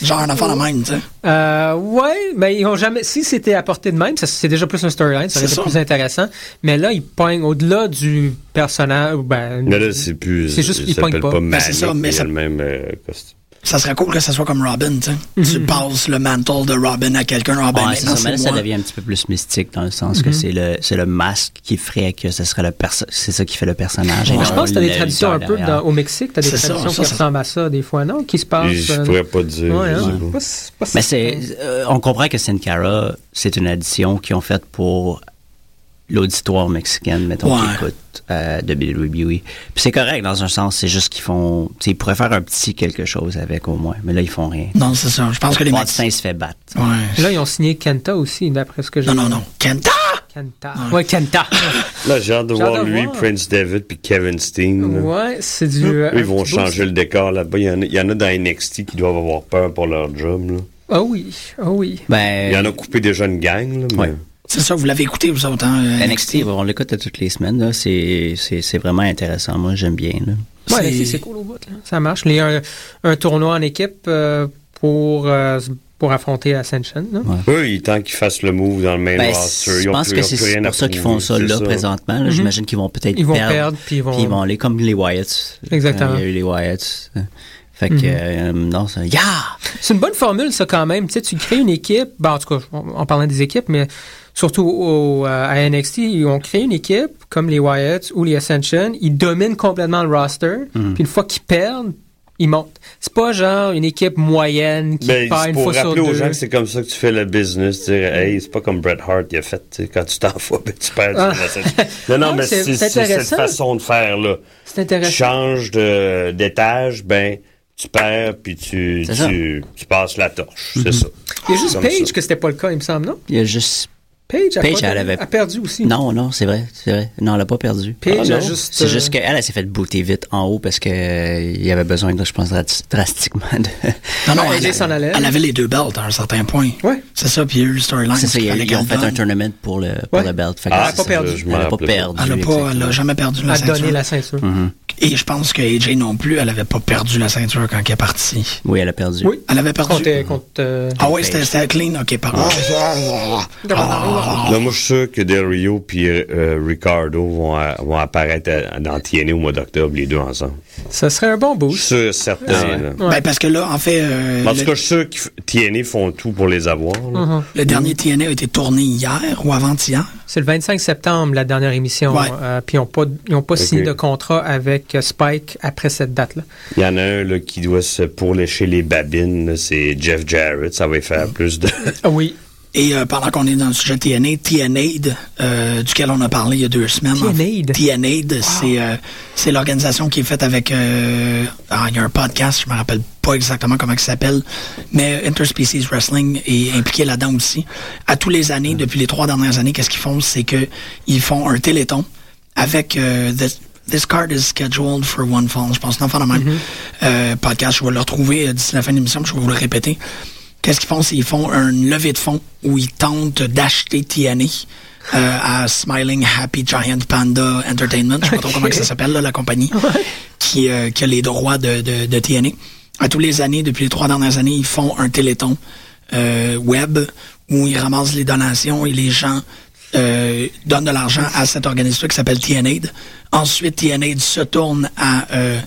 Genre un affaire de même, tu sais.
Euh, ouais, mais ils ont jamais. Si c'était apporté de même, ça- c'est déjà plus un storyline, ça aurait
C'est
été
ça.
plus intéressant. Mais là, ils pognent au-delà du personnage. Ben,
Mais là, c'est plus.
C'est juste
il
qu'ils
s'appelle
pognent pas.
pas
Ben, c'est
Manic,
ça, mais
il a
ça-
le même euh, costume.
Ça serait cool que ça soit comme Robin, tu sais. Tu passes le mantle de Robin à quelqu'un, ah, ben
Mhm. Ouais, c'est
maintenant,
ça, mais
c'est
là, ça
moi.
devient un petit peu plus mystique dans le sens
Mhm.
que c'est le, c'est le masque qui ferait que ce serait le perso- c'est ça qui fait le personnage. et
je
non
pense que t'as
le
des traditions un peu
lutteur
dans- au Mexique, t'as des
C'est ça,
traditions
ça,
qui
ça-
ressemblent à ça des fois, non? Qui se
Ah,
passent.
Je
euh,
pourrais pas dire.
ouais,
je sais
hein?
pas.
Pas si- pas si-
Mais c'est, euh, on comprend que Sin Cara, c'est une addition qu'ils ont faite pour l'auditoire mexicaine, mettons, qui
Ouais.
écoute euh, WWE. Puis c'est correct dans un sens, c'est juste qu'ils font, tu sais, ils pourraient faire un petit quelque chose avec au moins, mais là ils font rien.
Non, c'est ça. Je pense que les mecs.
Martin se fait battre.
Ouais.
Là, ils ont signé Kenta aussi, d'après ce que j'ai
Non, non, non. Kenta!
Kenta. Ouais, Kenta.
Là, j'ai hâte de
J'ai hâte
voir
de
lui,
voir.
Prince David puis Kevin Steen. là.
ouais, c'est du. euh,
Eux, ils vont
un petit beau-
changer le décor là-bas. Il y, en a, il y en a dans NXT qui doivent avoir peur pour leur job. Là.
Ah oui, ah oui.
Ben,
Il y en a coupé déjà une gang. Là, mais
Ouais.
C'est ça, vous l'avez écouté, vous autres, hein, euh,
NXT, on l'écoute à toutes les semaines, là. C'est, c'est, c'est vraiment intéressant. Moi, j'aime bien, là.
Ouais,
C'est-
NXT, c'est cool au bout. Là. Ça marche. Les, un, un tournoi en équipe euh, pour, euh, pour affronter Ascension. Là.
Eux, il est temps qu'ils fassent le move dans le main
Ben,
roster.
je
Ils ont
pense
plus-
que
ils ont plus
c'est
rien à
pour ça qu'ils
prouver,
font ça
c'est
là présentement. là. J'imagine qu'ils vont peut-être
Ils vont
perdre,
perdre, puis ils vont-
aller comme les Wyatts.
Exactement.
Quand Il y a eu les Wyatts. Fait que, euh, non, ça, yeah!
C'est une bonne formule, ça, quand même. Tu sais, tu crées une équipe. Ben, en tout cas, en en parlant des équipes, mais surtout au- euh, à NXT, ils ont créé une équipe, comme les Wyatts ou les Ascension. Ils dominent complètement le roster.
Mm.
Puis une fois qu'ils perdent, ils montent. C'est pas genre une équipe moyenne qui
Ben,
perd
c'est
une
pour
fois sur
rappeler aux
deux.
gens que c'est comme ça que tu fais le business, dire hey, c'est pas comme Bret Hart il a fait, tu sais, quand tu t'en fous, ben, tu perds.
Ah.
tu sais, Non, non,
Ah,
mais
c'est-
c'est
c'est
c'est cette
intéressant.
façon de faire là.
C'est intéressant.
Change de- d'étage, ben tu perds puis tu,
C'est ça.
tu, tu passes la torche, c'est ça.
Il y a juste
Comme
Paige
ça.
que c'était pas le cas, il me semble, non?
Il y a juste.
Paige a,
Paige,
pas-
elle avait-
a perdu aussi.
Non, non, c'est vrai, c'est vrai. Non, elle a pas perdu.
Paige
Ah,
a
non.
juste.
C'est
euh,
juste qu'elle, elle, s'est fait booter vite en haut parce que euh, il y avait besoin, de, je pense, dra- drastiquement de.
Non, non,
Ah,
elle,
AJ s'en allait.
elle avait les deux belts à un certain point.
Ouais.
C'est ça, puis il y a eu le storyline.
C'est ça, il y a eu-
fallait
ils ont
qu'elle
fait un
gagne.
tournament pour le, pour
Ouais.
le belt. Fait
Ah, elle
que
a
c'est
pas
ça.
perdu. Je
Elle
m'en
a pas
rappelais pas.
perdu.
Elle a pas, elle a jamais perdu la
a
ceinture.
donné la ceinture.
Et je pense que AJ non plus, elle avait pas perdu la ceinture quand elle est partie.
Oui, elle a perdu.
Oui.
Elle avait perdu.
Contre, contre, euh,
Ah ouais, c'était c'était clean, ok, pardon.
Là, moi, je suis sûr que Del Rio puis euh, Ricardo vont, a- vont apparaître à- dans TNA au mois d'octobre, les deux ensemble.
Ça serait un bon
Je
boost.
suis sûr, certain. là.
Ouais.
Ben parce que là, en fait, euh,
En tout
le,
cas, je suis sûr que f- TNA font tout pour les avoir. là.
Mm-hmm.
le dernier TNA a été tourné hier ou avant-hier.
C'est le 25 septembre, la dernière émission.
Ouais.
euh, puis ils n'ont pas, ils ont pas signé de contrat avec euh, Spike après cette date-là.
Il y en a un là, qui doit se pourlécher les babines, là, c'est Jeff Jarrett. Ça va y faire plus de.
Ah oui.
Et euh, pendant qu'on est dans le sujet TNA, TNA, euh, duquel on a parlé il y a deux semaines. en fait.
TNA.
TNA, c'est euh, c'est l'organisation qui est faite avec. euh, ah, il y a un podcast, je me rappelle pas exactement comment il s'appelle, mais Interspecies Wrestling est impliqué là-dedans aussi. À tous les années, depuis les trois dernières années, qu'est-ce qu'ils font, c'est que ils font un téléthon avec euh, this, This card is scheduled for one fall. Je pense, non, de même. Euh, podcast, je vais le retrouver euh, d'ici la fin de l'émission, puis je vais vous le répéter. Qu'est-ce qu'ils font, c'est qu'ils font une levée de fonds où ils tentent d'acheter TNA euh, à Smiling Happy Giant Panda Entertainment, je sais pas trop comment que ça s'appelle, là, la compagnie, qui, euh, qui a les droits de, de, de TNA. À tous les années, depuis les trois dernières années, ils font un téléthon euh, web où ils ramassent les donations et les gens euh, donnent de l'argent à cet organisme qui s'appelle TNAID. Ensuite, TNAID se tourne à euh,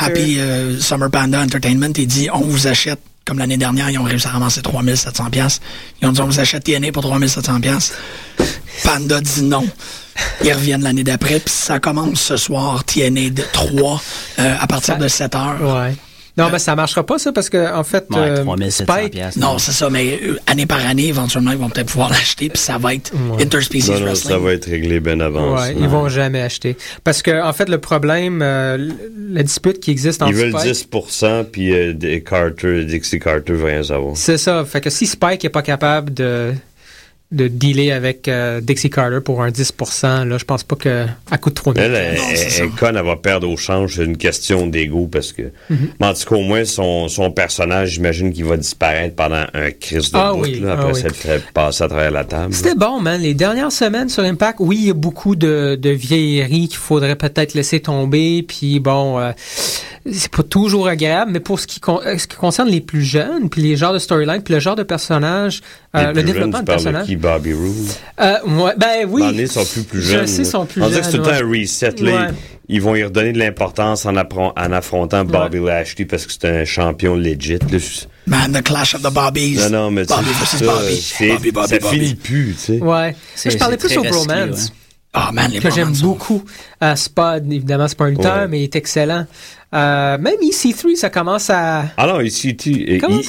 Happy euh, Summer Panda Entertainment et dit on vous achète comme l'année dernière, ils ont réussi à ramasser 3700 pièces. Ils ont dit on vous achète TNA pour 3700 pièces. Panda dit non. Ils reviennent l'année d'après puis ça commence ce soir TNA 3 euh, à partir de 7 heures.
Ouais. Non, mais ça ne marchera pas, ça, parce que, en fait,
Ouais,
euh,
3700
Spike.
piastres.
Non, c'est ça, mais euh, année par année, éventuellement, ils vont peut-être pouvoir l'acheter, puis ça va être Interspecies
non, non,
Wrestling.
ça va être réglé bien avant.
Ouais,
ça.
ils vont jamais acheter. Parce que, en fait, le problème, euh, l- la dispute qui existe entre
Ils veulent
Spike.
10%, puis euh, des Carter, Dixie Carter veut rien savoir.
C'est ça. Fait que si Spike est pas capable de de dealer avec euh, Dixie Carter pour un 10 là, je pense pas que à coûte trop
Elle,
de
elle,
Non, c'est
elle-
ça.
elle conne, elle va perdre au change. C'est une question d'ego parce que.
Mm-hmm.
Mais en tout cas, au moins, son, son personnage, j'imagine qu'il va disparaître pendant un crise de
Ah
bout,
oui,
là,
ah
après
oui.
s'être fait passer à travers la table.
C'était bon, man. Les dernières semaines sur Impact, oui, il y a beaucoup de, de vieilleries qu'il faudrait peut-être laisser tomber. Puis bon, euh, c'est pas toujours agréable, mais pour ce qui, con- euh, ce qui concerne les plus jeunes, puis les genres de storyline, puis le genre de personnage,
Les
euh,
plus
le développement
jeunes,
de
tu parles
personnage.
qui, Bobby Roode?
Euh, ouais, ben oui.
Les sont plus, plus jeunes.
Je sais,
là.
sont plus
On
jeunes.
dirait que c'est tout le
ouais.
temps un reset. Là,
Ouais.
ils, ils vont y redonner de l'importance en, appren- en affrontant Bobby Lashley parce que c'est un champion legit. là.
Man, The Clash of the Bobbies.
Non, non, mais tu
Bobby
sais,
versus
ça,
Bobby.
c'est-
Bobby, Bobby,
ça finit
Bobby.
plus, tu sais.
Ouais.
C'est-
Je parlais
c'est
plus au
très recyclé,
bromance.
ouais.
Ah, man, les
que j'aime
moments sont-
beaucoup. Euh, Spud, évidemment, c'est pas un lutteur,
Ouais.
mais il est excellent. Euh, même EC3, ça commence à...
Alors, ici, tu, et- E-
Comment
i-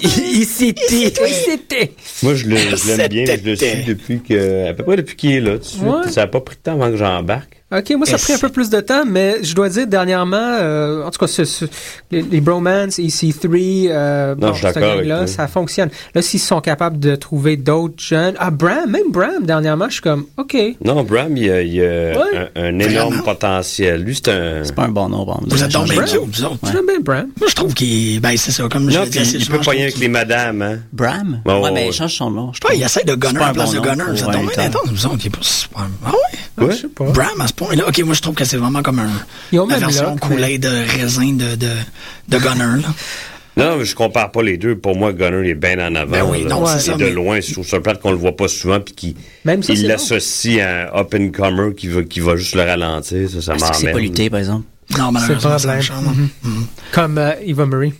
ça? E EC3,
moi, je le- je l'aime bien. Je le
C'était-
suis depuis que, à peu près depuis qu'il est là. tout de suite.
Ouais.
Ça n'a pas pris de temps avant que j'embarque.
OK, moi, ça a pris un peu plus de temps, mais je dois dire, dernièrement, euh, en tout cas, ce- ce- les, les bromance, EC3, euh,
Non, je suis
cette
d'accord avec
gang-là,
toi.
ça fonctionne. Là, s'ils sont capables de trouver d'autres jeunes... Ah, Bram, même Bram, dernièrement, je suis comme, OK.
Non, Bram, il a, il a
Ouais.
un, un énorme
Vraiment?
potentiel. Lui, c'est un.
C'est pas un bon nom, bon.
Vous êtes donc bien
Bram.
cute, vous autres.
J'aime bien Bram.
Moi, je trouve qu'il. Ben, c'est ça, comme je
Non,
le
puis
disais,
il peut pogner avec les madames, hein.
Bram?
Bon,
Oh, ouais, mais
ouais.
il change son nom. Je
Ouais,
trouve.
il essaie de
C'est
gunner
pas
en
un
place
bon
de
nom
gunner.
pour
Ça
un
tombe bien
lutteur.
intense, nous autres. Il est pas super- Ah ouais?
Ah,
Ouais.
Je sais pas.
Bram, à ce point-là. Ok, moi, je trouve que c'est vraiment comme un,
Ils ont
la
même
version
Locke,
coulée de raisin de, de, de gunner, là.
Non, mais je compare pas les deux. Pour moi, Gunner est bien en avant.
Ben oui,
là.
non,
c'est
Et
ça,
de
mais-
loin, je trouve ça plate qu'on le voit pas souvent puis qu'il
Même ça,
il
c'est
l'associe à un up-and-comer qui va, qui va juste le ralentir. Ça, ça
Est-ce que c'est
m'emmène.
pas lutté, par exemple?
Non, malheureusement, ça
problème.
me charme. Mhm.
Comme euh, Eva Marie.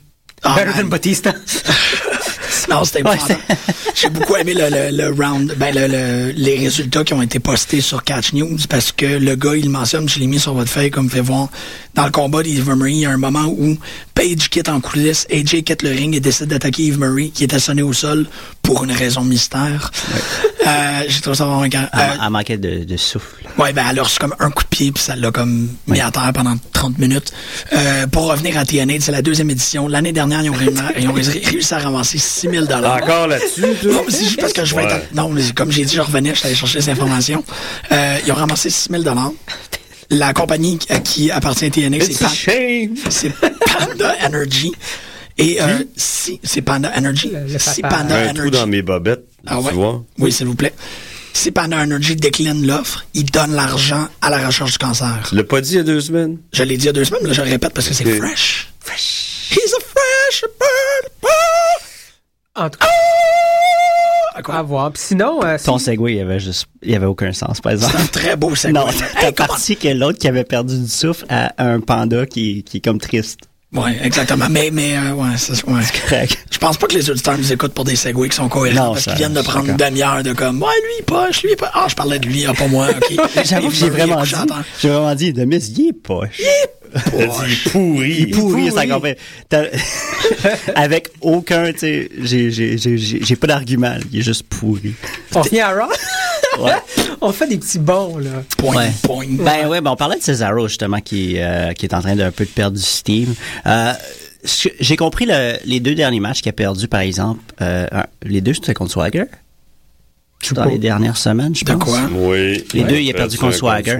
Ah,
Better
man.
than Batista.
Non, c'était
Ouais,
épouvantable. J'ai beaucoup aimé le, le- le round, ben le- le- les résultats qui ont été postés sur Catch News parce que le gars, il mentionne, je l'ai mis sur votre feuille comme fait voir, dans le combat d'Eve Murray, il y a un moment où Paige quitte en coulisses, AJ quitte le ring et décide d'attaquer Eve Murray qui était sonné au sol pour une raison mystère. Euh, J'ai trouvé ça vraiment écœurant.
Elle
Euh,
elle manquait de, de souffle.
Ouais, ben elle a reçu comme un coup de pied, puis ça l'a comme mis à terre pendant 30 minutes. Euh, pour revenir à TNA, c'est la deuxième édition. L'année dernière, ils ont, ré- ils ont ré- réussi à ramasser 6 000
Encore là-dessus, toi?
Non, mais c'est juste parce que je vais
Ouais.
être- Non, mais comme j'ai dit, je revenais, je suis allé chercher des informations. Euh, ils ont ramassé 6 000 La compagnie à qui appartient TNA, c'est
It's a
Pan-
shame.
c'est Panda Energy. Et euh, si c'est Panda Energy,
Le- le
si
papa.
Panda
Un trou
Energy
dans mes bobettes,
ah
tu
ouais?
vois.
Oui, s'il vous plaît. Si Panda Energy décline l'offre, il donne l'argent à la recherche du cancer.
Tu l'as pas dit il y a deux semaines?
Je l'ai dit il y a deux semaines, mais là, je le répète parce que c'est
Ok.
fresh. Fresh. He's a fresh Ah! bird. bird.
En tout cas,
À quoi?
à voir. Puis sinon, euh,
Ton
si-
segway, il y avait juste, il y avait aucun sens, par exemple.
C'est un très beau segway.
Ah, Non,
Hey,
t'as
come on.
parti que l'autre qui avait perdu du souffle à un panda qui, qui est comme triste.
Ouais, exactement. Mais, mais, euh, ouais, c'est ouais.
Correct.
Je pense pas que les auditeurs nous écoutent pour des segways qui sont cohérents
Non,
parce
ça-
qu'ils viennent de
je suis
prendre une demi-heure de comme, ouais, lui, il poche, lui, il poche. Ah, je parlais de lui, ah, pas moi, ok.
J'avoue que j'ai
Il est
vraiment dit,
couché à terre.
j'ai vraiment dit, Demis, il est poche.
T'as dit il est pourri.
Il est pourri, sa compagnie. T'as- Avec aucun, tu sais, j'ai- j'ai- j'ai j'ai- j'ai pas d'argument, il est juste pourri.
on finit à Raw.
Ouais.
on fait des petits bons, là.
Point,
Ouais.
point.
Ben ouais, ben on parlait de Cesaro justement qui euh, qui est en train d'un peu de perdre du steam. Euh, ce que- j'ai compris le- les deux derniers matchs qu'il a perdu par exemple, euh, un- les deux c'était contre Swagger. Dans les dernières semaines, je
De
pense.
quoi?
Oui.
Les deux, il a
Ouais,
perdu
un
contre Swagger.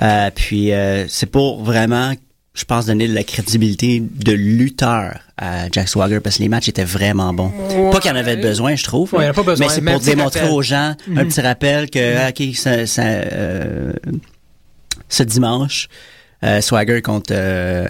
Euh, puis euh, c'est pour vraiment, je pense, donner de la crédibilité de lutteur à Jack Swagger parce que les matchs étaient vraiment bons. Pas qu'il en avait besoin, je trouve. là,
Ouais, il en a pas besoin,
Mais c'est
mais
pour
un petit
démontrer
rappel. Mm.
aux gens un petit rappel que ok, ça- ça, euh, ce dimanche. euh, Swagger contre euh,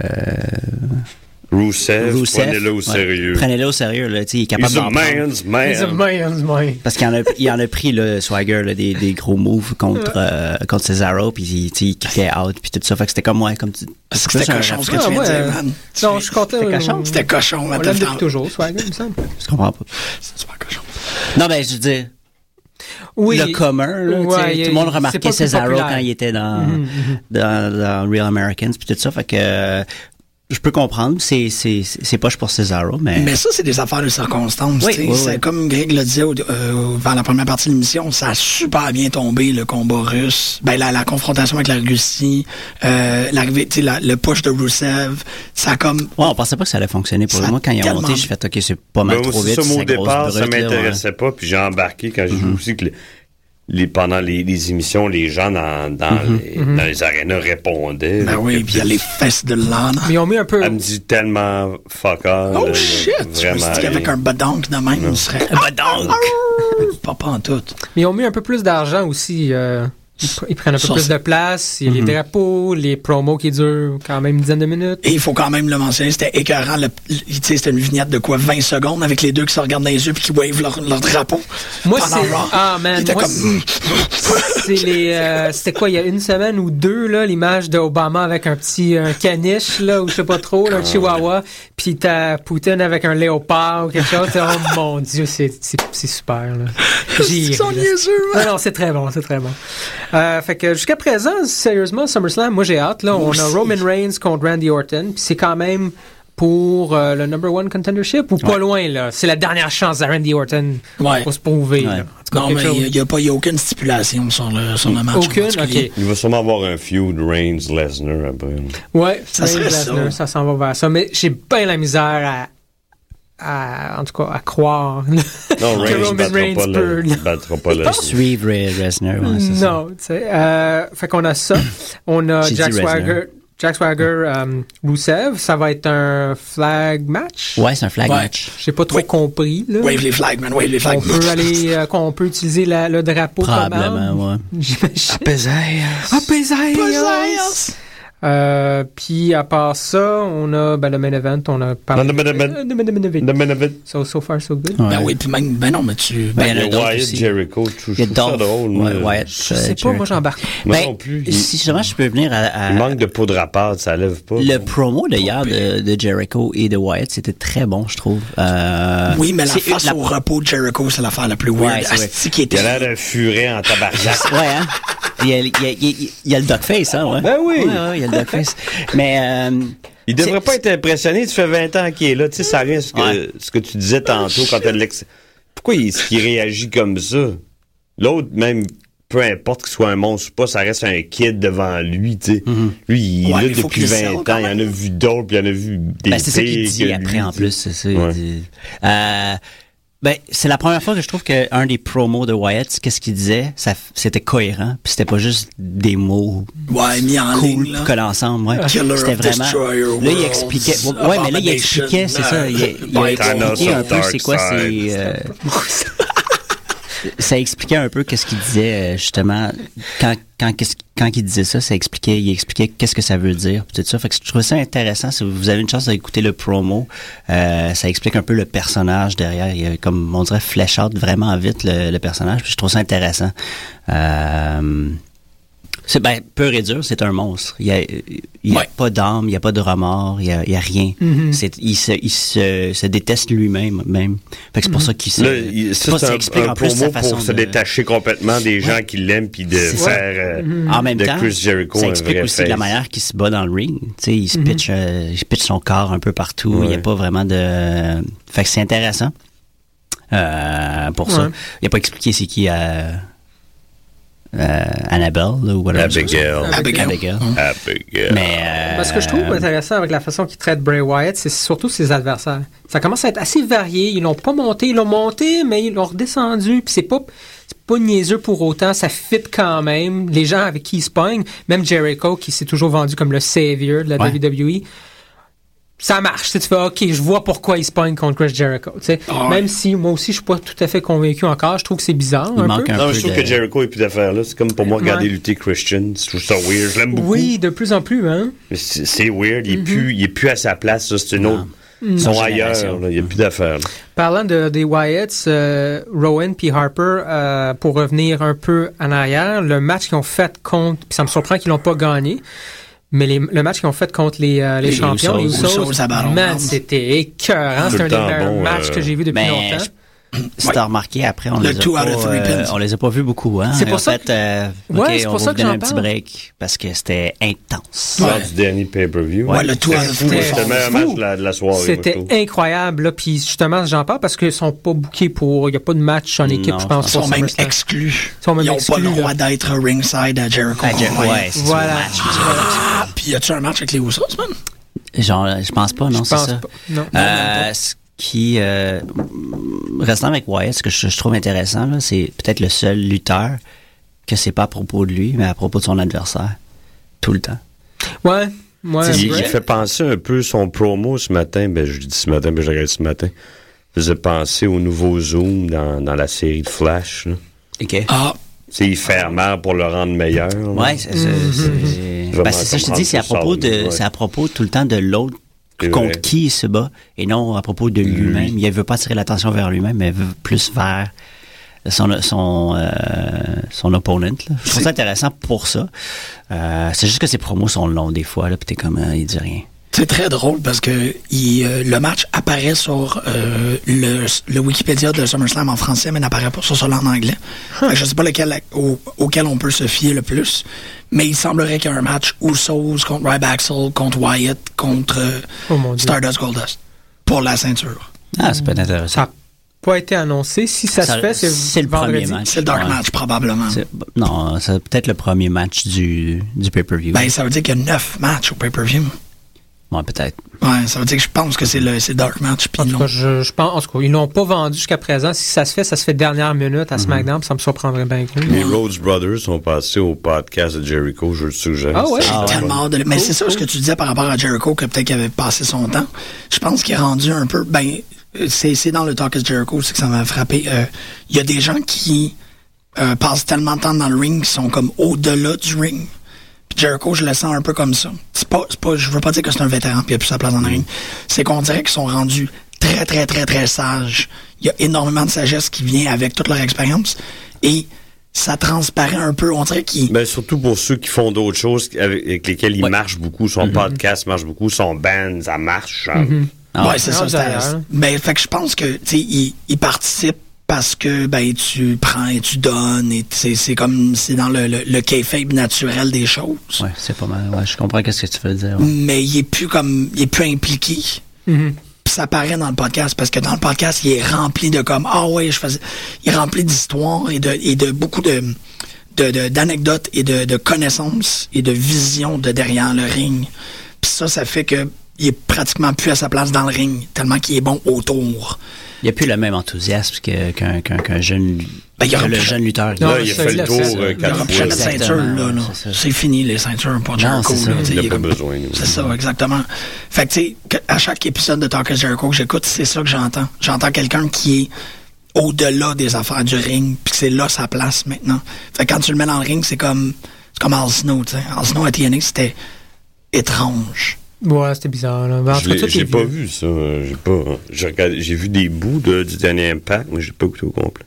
Rousseff,
Rousseff.
Euh, prenez-le au
Ouais.
sérieux.
Prenez-le au sérieux. Là, tu sais, il est capable
He's
d'en
a
prendre.
man's man.
euh,
He's a man's man.
Parce qu'il en a, il en a pris le Swagger là, des, des gros moves contre euh, contre Cesaro puis il, tu sais, il kickait out puis tout ça fait que c'était comme ouais comme tu
Parce que c'était
un
cochon, ce que
Ah,
tu viens
ouais,
de dire,
euh,
man. Tu
Non,
viens-
je suis content.
C'était cochon,
on-
C'était cochon,
On
man.
l'aime
t'as-
depuis toujours, Swagger, il me semble.
Je comprends pas.
C'est super cochon.
Non, ben, je veux dire,
Oui.
le commun, là, tu
Ouais,
sais,
il-
tout le monde
il- c'est pas
remarquait
le plus
Cesaro
populaire.
quand il était dans, dans, dans Real Americans, puis tout ça, fait que euh, je peux comprendre, c'est, c'est, c'est poche pour Cesaro, mais,
Mais ça, c'est des affaires de circonstances.
Oui,
tu sais.
oui,
c'est
oui.
comme Greg le disait au- euh, dans la première partie de l'émission, ça a super bien tombé le combat russe. Ben la, la confrontation avec la Russie, euh, l'arrivée, tu sais, la- le push de Roussev, ça a comme
Ouais, on pensait pas que ça allait fonctionner pour
Ça
lui. Moi, quand il a
tellement-
monté, j'ai fait, OK, c'est pas mal
Ben, moi,
trop
c'est
vite,
ça, moi, au
c'est une grosse
départ, ça
brute, là, ouais.
m'intéressait pas, puis j'ai embarqué quand j'ai vu aussi que le- les, pendant les, les émissions, les gens dans, dans, les, dans les arénas répondaient.
Ben
là,
oui,
que-
puis il y a les fesses de Lana.
Mais ils ont mis un peu.
Elle me dit tellement fuck off.
Oh
là,
shit! Je me
Vraiment. euh,
suis dit qu'avec un badonk de même, il serait. Un badonk! Pas pas en tout.
Mais ils ont mis un peu plus d'argent aussi. euh, ils, pr- ils prennent un peu
Ça,
plus
c'est-
de place. Il y a les drapeaux, les promos qui durent quand même une dizaine de minutes.
Et il faut quand même le mentionner, c'était écœurant. le- le- tu sais, c'était une vignette de quoi 20 secondes avec les deux qui se regardent dans les yeux puis qui wavent leur, leur drapeau.
Moi,
pendant
c'est-
Raw.
ah, man,
Ils étaient
moi,
comme,
c'est-
Mm.
C'est les. euh, C'était quoi, il y a une semaine ou deux, là, l'image d'Obama avec un petit un caniche, là, ou je sais pas trop, là, un chihuahua, puis t'as Poutine avec un léopard ou quelque chose. t'es, Oh mon Dieu, c'est c'est- c'est super, là. J'y
Ils sont
ris, là.
niaiseux, hein. man.
Non, non, c'est très bon, c'est très bon. Euh, fait que jusqu'à présent, sérieusement, SummerSlam, moi j'ai hâte. Là, on
Moi
a
aussi.
Roman Reigns contre Randy Orton, puis c'est quand même pour euh, le number one contendership ou pas loin là. C'est la dernière chance à Randy Orton
Ouais.
pour se prouver. là.
Ouais.
En tout cas,
Non,
quelque
mais
chose.
il n'y a, pas- il y a aucune stipulation sur le, sur le match. en
aucune.
particulier.
Ok.
Il va sûrement avoir un feud Reigns-Lesnar après. là.
Ouais.
euh, Ça serait
Reigns, Lesnar, ça s'en va vers ça, mais j'ai bien la misère à, à- en tout cas, à croire
Non,
que
Reigns
Roman
battra
Reigns
pas,
peut.
le, battra pas Lesnar.
Suivre Ray Lesnar, ouais, c'est ça.
Non, tu sais. euh, fait qu'on a ça. On a
J'ai dit
Jack
Lesnar.
Swagger, Jack Swagger euh, Rusev. Ça va être un flag match.
Ouais, c'est un flag
Ouais.
match.
J'ai pas trop
Oui.
compris. Là.
Wave les flags, man. Wave les flags.
qu'on peut aller, euh, qu'on peut utiliser la- le drapeau comme arme.
Probablement, ouais.
J'imagine.
Pesaias.
Ah, Pesaias! Euh, Puis à part ça, on a ben, le main event, on a parlé.
Non, le main event.
Euh, le main- le main event.
The main event.
So, so far, so good.
Ben oui, puis même, ben non, mais tu.
Ben,
ben,
il y en
Il y a
a d'autres
Wyatt
aussi.
Jericho. Je trouve
Il y a
ça
Dolph.
drôle. moi.
Ouais, Wyatt,
Je sais pas, moi j'embarque.
Moi
euh, Ben,
non plus. il-
Si jamais je peux venir à- à,
Il manque de poudre à pâte, ça lève pas.
Le promo d'ailleurs de, de Jericho et de Wyatt, c'était très bon, je trouve. Euh,
oui, mais la
c'est-
face au repos de Jericho, c'est l'affaire la plus weird.
Ouais, c'est vrai.
Asti qui
Il a
était.
l'air d'un furet en tabarnak.
Ouais, hein? Il y, a, il, y a, il y a- il y a le duckface, hein, ouais.
Ben oui.
Ouais, ouais, il y a le duckface. Mais, euh,
Il devrait
c'est-
pas être impressionné, tu fais 20 ans qu'il est là. Tu sais, ça reste que,
Ouais.
ce que tu disais tantôt quand elle l'ex. Pourquoi il, il réagit comme ça? L'autre, même, peu importe qu'il soit un monstre ou pas, ça reste un kid devant lui, tu sais. Lui, Mhm. il
Ouais,
est là
mais faut
depuis
qu'il sell
20
quand
ans, il en a vu d'autres, puis il en a vu des
Ben, c'est ça qu'il
pires
dit
que lui,
après, en
tu sais.
plus. C'est ça, il
Ouais.
dit. Euh, ben, c'est la première fois que je trouve qu'un des promos de Wyatt, qu'est-ce qu'il disait, ça f- c'était cohérent, puis c'était pas juste des mots
Ouais, mis en
cool
ligne. là.
collés ensemble, ouais.
Killer
C'était
of
vraiment.
Destroyer
Là, il
Worlds,
expliquait. Ouais, mais là, il expliquait, c'est ça. Il, il a
Thanos
expliqué
of
un peu
Dark
c'est quoi
Side.
c'est. euh, ça expliquait un peu qu'est-ce qu'il disait euh, justement quand quand qu'est-ce- quand il disait ça, ça expliquait il expliquait qu'est-ce que ça veut dire puis tout ça. Fait que je trouvais ça intéressant si vous avez une chance d'écouter le promo, euh, ça explique un peu le personnage derrière, il y a comme on dirait flash out vraiment vite le, le personnage, puis je trouve ça intéressant. Euh, c'est ben pur et dur, c'est un monstre. Il y a, il y a
Ouais. Mm-hmm.
pas d'âme, il y a pas de remords, il y a, il y a rien. C'est- il se, il se, se déteste lui-même même. Fait que c'est pour
Mm-hmm.
ça qu'il se.
Là, il-
c'est
ça,
pas-
c'est
ça
un,
explique
un
en plus sa
promo
façon
pour se
de-
détacher complètement des gens qui l'aiment, puis de
C'est ça.
faire
Mm-hmm.
euh,
En même
de
temps,
Chris Jericho
ça
un
explique
vrai
aussi de la
face.
manière qu'il se bat dans le ring. Tu sais,
Mm-hmm.
il se pitch, euh, il se pitch son corps un peu partout. Il n'y a
Ouais.
pas vraiment de. Fait que c'est intéressant euh, pour ça.
Ouais.
Il n'a pas expliqué c'est qui euh, euh, Annabelle là, ou whatever.
Abigail.
Abigail.
Abigail.
Abigail.
Mais euh,
Parce que je trouve intéressant avec la façon qu'ils traitent Bray Wyatt, c'est surtout ses adversaires. Ça commence à être assez varié. Ils l'ont pas monté, ils l'ont monté, mais ils l'ont redescendu. Puis c'est pas, c'est pas niaiseux pour autant. Ça fit quand même. Les gens avec qui ils se pognent, même Jericho qui s'est toujours vendu comme le savior de la
Ouais.
WWE. Ça marche. Tu sais, tu fais OK, je vois pourquoi ils se pognent contre Chris Jericho. tu sais.
Ah ouais.
Même si moi aussi je suis pas tout à fait convaincu encore, je trouve que c'est bizarre.
Il
un
manque
peu.
un
Non,
peu
je trouve
de-
que Jericho est plus d'affaires là. C'est comme pour moi regarder
Ouais.
lutter Christian. Je trouve ça weird. Je l'aime beaucoup.
Oui, de plus en plus, hein.
Mais C'est c'est weird. Il est, plus, il est plus à sa place. ça, C'est une autre. Ils sont
Mhm. Son
ailleurs.
génération.
là, Il n'y a plus d'affaires. là.
Parlant de, des Wyatts, euh, Rowan puis Harper, euh, pour revenir un peu en arrière, le match qu'ils ont fait contre, puis ça me surprend qu'ils l'ont pas gagné, mais les- le match qu'ils ont fait contre les, euh, les
Les
champions,
Usos.
les Usos,
Usos à Battle
man,
Royale.
c'était écœurant.
Tout
C'est
le
un des
temps
meilleurs
bon,
matchs
euh,
que j'ai vu depuis
Mais
longtemps.
je- Si t'as remarqué après, on
Le
les a
two
pas,
out of three
euh,
pins.
on les a pas vus beaucoup, hein.
C'est
Et
pour
en
ça
fait, euh,
Ouais,
ok,
c'est pour
on
ça
va
que
vous donner
j'en
un petit
parle.
break parce que c'était intense.
Ouais.
Lors du dernier pay-per-view.
Ouais, le tour à
C'était fou,
faire.
C'était le meilleur
Fou.
match de la, de la soirée. moi, je
C'était
trouve.
incroyable, là, puis justement, j'en parle parce qu'ils sont pas bookés pour, il y a pas de match en équipe,
Non,
je pense.
ils
Ils sont
pour
même
SummerSlam.
exclus.
Ils sont même
Ils n'ont pas le
exclus,
droit
là.
d'être ringside à Jericho.
Ah, je-
Royal.
ouais, c'est
Voilà.
un match, c'est-
Ah, puis y a-tu un match avec les Usos, man?
Genre, je pense pas, non,
Je
c'est
pense
ça.
pas. Non.
Euh, ce qui, euh, restant avec Wyatt, ce que je, je trouve intéressant, là, c'est peut-être le seul lutteur que c'est pas à propos de lui, mais à propos de son adversaire. Tout le temps.
Ouais, ouais.
il,
vrai.
il fait penser un peu son promo ce matin. Ben, je dis ce matin, ben, je regarde ce matin. Faisait penser au nouveau Zoom dans, dans la série de Flash. là.
OK.
Ah,
Tu sais, il fait mal pour le rendre meilleur. là.
Ouais, c'est c'est- c'est-
Vraiment
ben, c'est ça, je te
comprendre
dis, c'est à
tout ça,
propos de,
ouais.
c'est à propos tout le temps de l'autre
C'est
contre
vrai.
qui il se bat et non à propos de lui-même. Il veut pas attirer l'attention vers lui-même, mais veut plus vers son son euh, son opponent. là. Je trouve ça intéressant pour ça. Euh, c'est juste que ses promos sont longs des fois là, puis t'es comme euh, il dit rien.
c'est très drôle parce que il, euh, le match apparaît sur euh, le, le Wikipédia de SummerSlam en français, mais n'apparaît pas sur celui en anglais. Fait que Je ne sais pas lequel au- auquel on peut se fier le plus, mais il semblerait qu'il y ait un match Usos contre Rybacksel, contre Wyatt, contre euh,
Oh mon Dieu.
Stardust Goldust pour la ceinture.
Ah, ça peut être intéressant.
Ça n'a pas été annoncé. Si ça,
Ça-
se fait, c'est,
c'est le
vendredi.
premier match.
C'est le dark
Ouais.
match probablement.
C'est- Non, c'est peut-être le premier match du du pay-per-view.
Ben, ça veut dire qu'il y a neuf matchs au pay-per-view.
Ouais, peut-être.
Ouais, ça veut dire que je pense que c'est le, c'est le dark match. Puis
En
ils
tout
l'ont-
cas, je, je pense, en tout cas, ils l'ont pas vendu jusqu'à présent. Si ça se fait, ça se fait dernière minute à SmackDown, puis ça me surprendrait bien que
Les Rhodes Brothers sont passés au podcast de Jericho, je le suggère.
Ah ouais?
C'est
J'ai
ouais.
vraiment
tellement hâte de le- Mais c'est ça ce que tu disais par rapport à Jericho, que peut-être qu'il avait passé son temps. Je pense qu'il est rendu un peu. Ben, euh, c'est c'est dans le talk de Jericho, c'est que ça m'a frappé. Euh, Il y a des gens qui euh, passent tellement de temps dans le ring qu'ils sont comme au-delà du ring. Puis Jericho, je le sens un peu comme ça. C'est pas, c'est pas, je veux pas dire que c'est un vétéran puis il a plus sa place dans le ring. C'est qu'on dirait qu'ils sont rendus très, très, très, très sages. Il y a énormément de sagesse qui vient avec toute leur expérience et ça transparaît un peu. On dirait qu'ils.
Ben, surtout pour ceux qui font d'autres choses avec, avec lesquels ils marchent beaucoup. Son podcast marche beaucoup, son band, ça marche. hein. ça-
Ah,
ouais, c'est
non,
ça.
d'ailleurs.
c'est- Ben, fait que je pense que, tu sais, il, il participe parce que, ben, tu prends et tu donnes et tu sais, c'est comme, c'est dans le, le, le kayfabe naturel des choses.
Ouais, c'est pas mal. Ouais, je comprends qu'est-ce que tu veux dire. ouais.
Mais il est plus comme, il est plus impliqué. Puis ça paraît dans le podcast parce que dans le podcast, il est rempli de comme, ah ouais, je faisais, il est rempli d'histoires et de, et de beaucoup de, de- de- d'anecdotes et de, de connaissances et de visions de derrière le ring. Puis ça, ça fait que, il est pratiquement plus à sa place dans le ring, tellement qu'il est bon autour.
Il n'y a plus le même enthousiasme que- qu'un qu'un- qu'un jeune,
Ben, il y
que
aura
le
plus-
jeune lutteur.
Non,
Là, il a
ça,
fait
il
le
l'a fait,
tour euh,
ça.
Il n'y aura
quatre
plus
fois.
jamais de
Exactement,
ceinture, là, là.
c'est ça.
C'est fini, les ceintures pour Jericho.
c'est ça.
là, tu sais,
Il
Il
y
n'a
a
pas
comme-
besoin. nous.
C'est ça, exactement. Fait que, tu sais, que- à chaque épisode de Talk is Jericho que j'écoute, c'est ça que j'entends. J'entends quelqu'un qui est au-delà des affaires du ring, puis que c'est là sa place maintenant. Fait que quand tu le mets dans le ring, c'est comme, c'est comme Al Snow, tu sais. Al Snow à TNA, c'était étrange.
Ouais, c'était bizarre. Là. Ben, en tout
Je
cas,
l'ai-
tout est
J'ai pas
vieux.
vu ça. euh, J'ai pas. j'ai regardé- J'ai vu des bouts de- du dernier Impact, mais j'ai pas écouté au complet.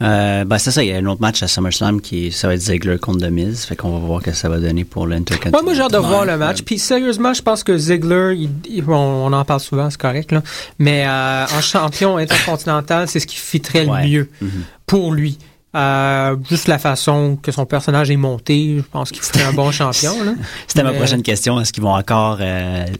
Euh, ben, c'est ça, il y a un autre match à SummerSlam qui, ça va être Ziggler contre The Miz. Fait qu'on va voir que ça va donner pour l'Intercontinental.
Ouais, moi, j'ai hâte de voir le match. Puis, sérieusement, je pense que Ziggler, il- il- bon, on en parle souvent, c'est correct, là. Mais euh, en champion intercontinental, c'est ce qui fitterait le
Ouais.
mieux pour lui. Euh, juste la façon que son personnage est monté, je pense qu'il ferait un bon champion. là.
C'était ma
Mais-
prochaine question. Est-ce qu'ils vont encore, euh, tu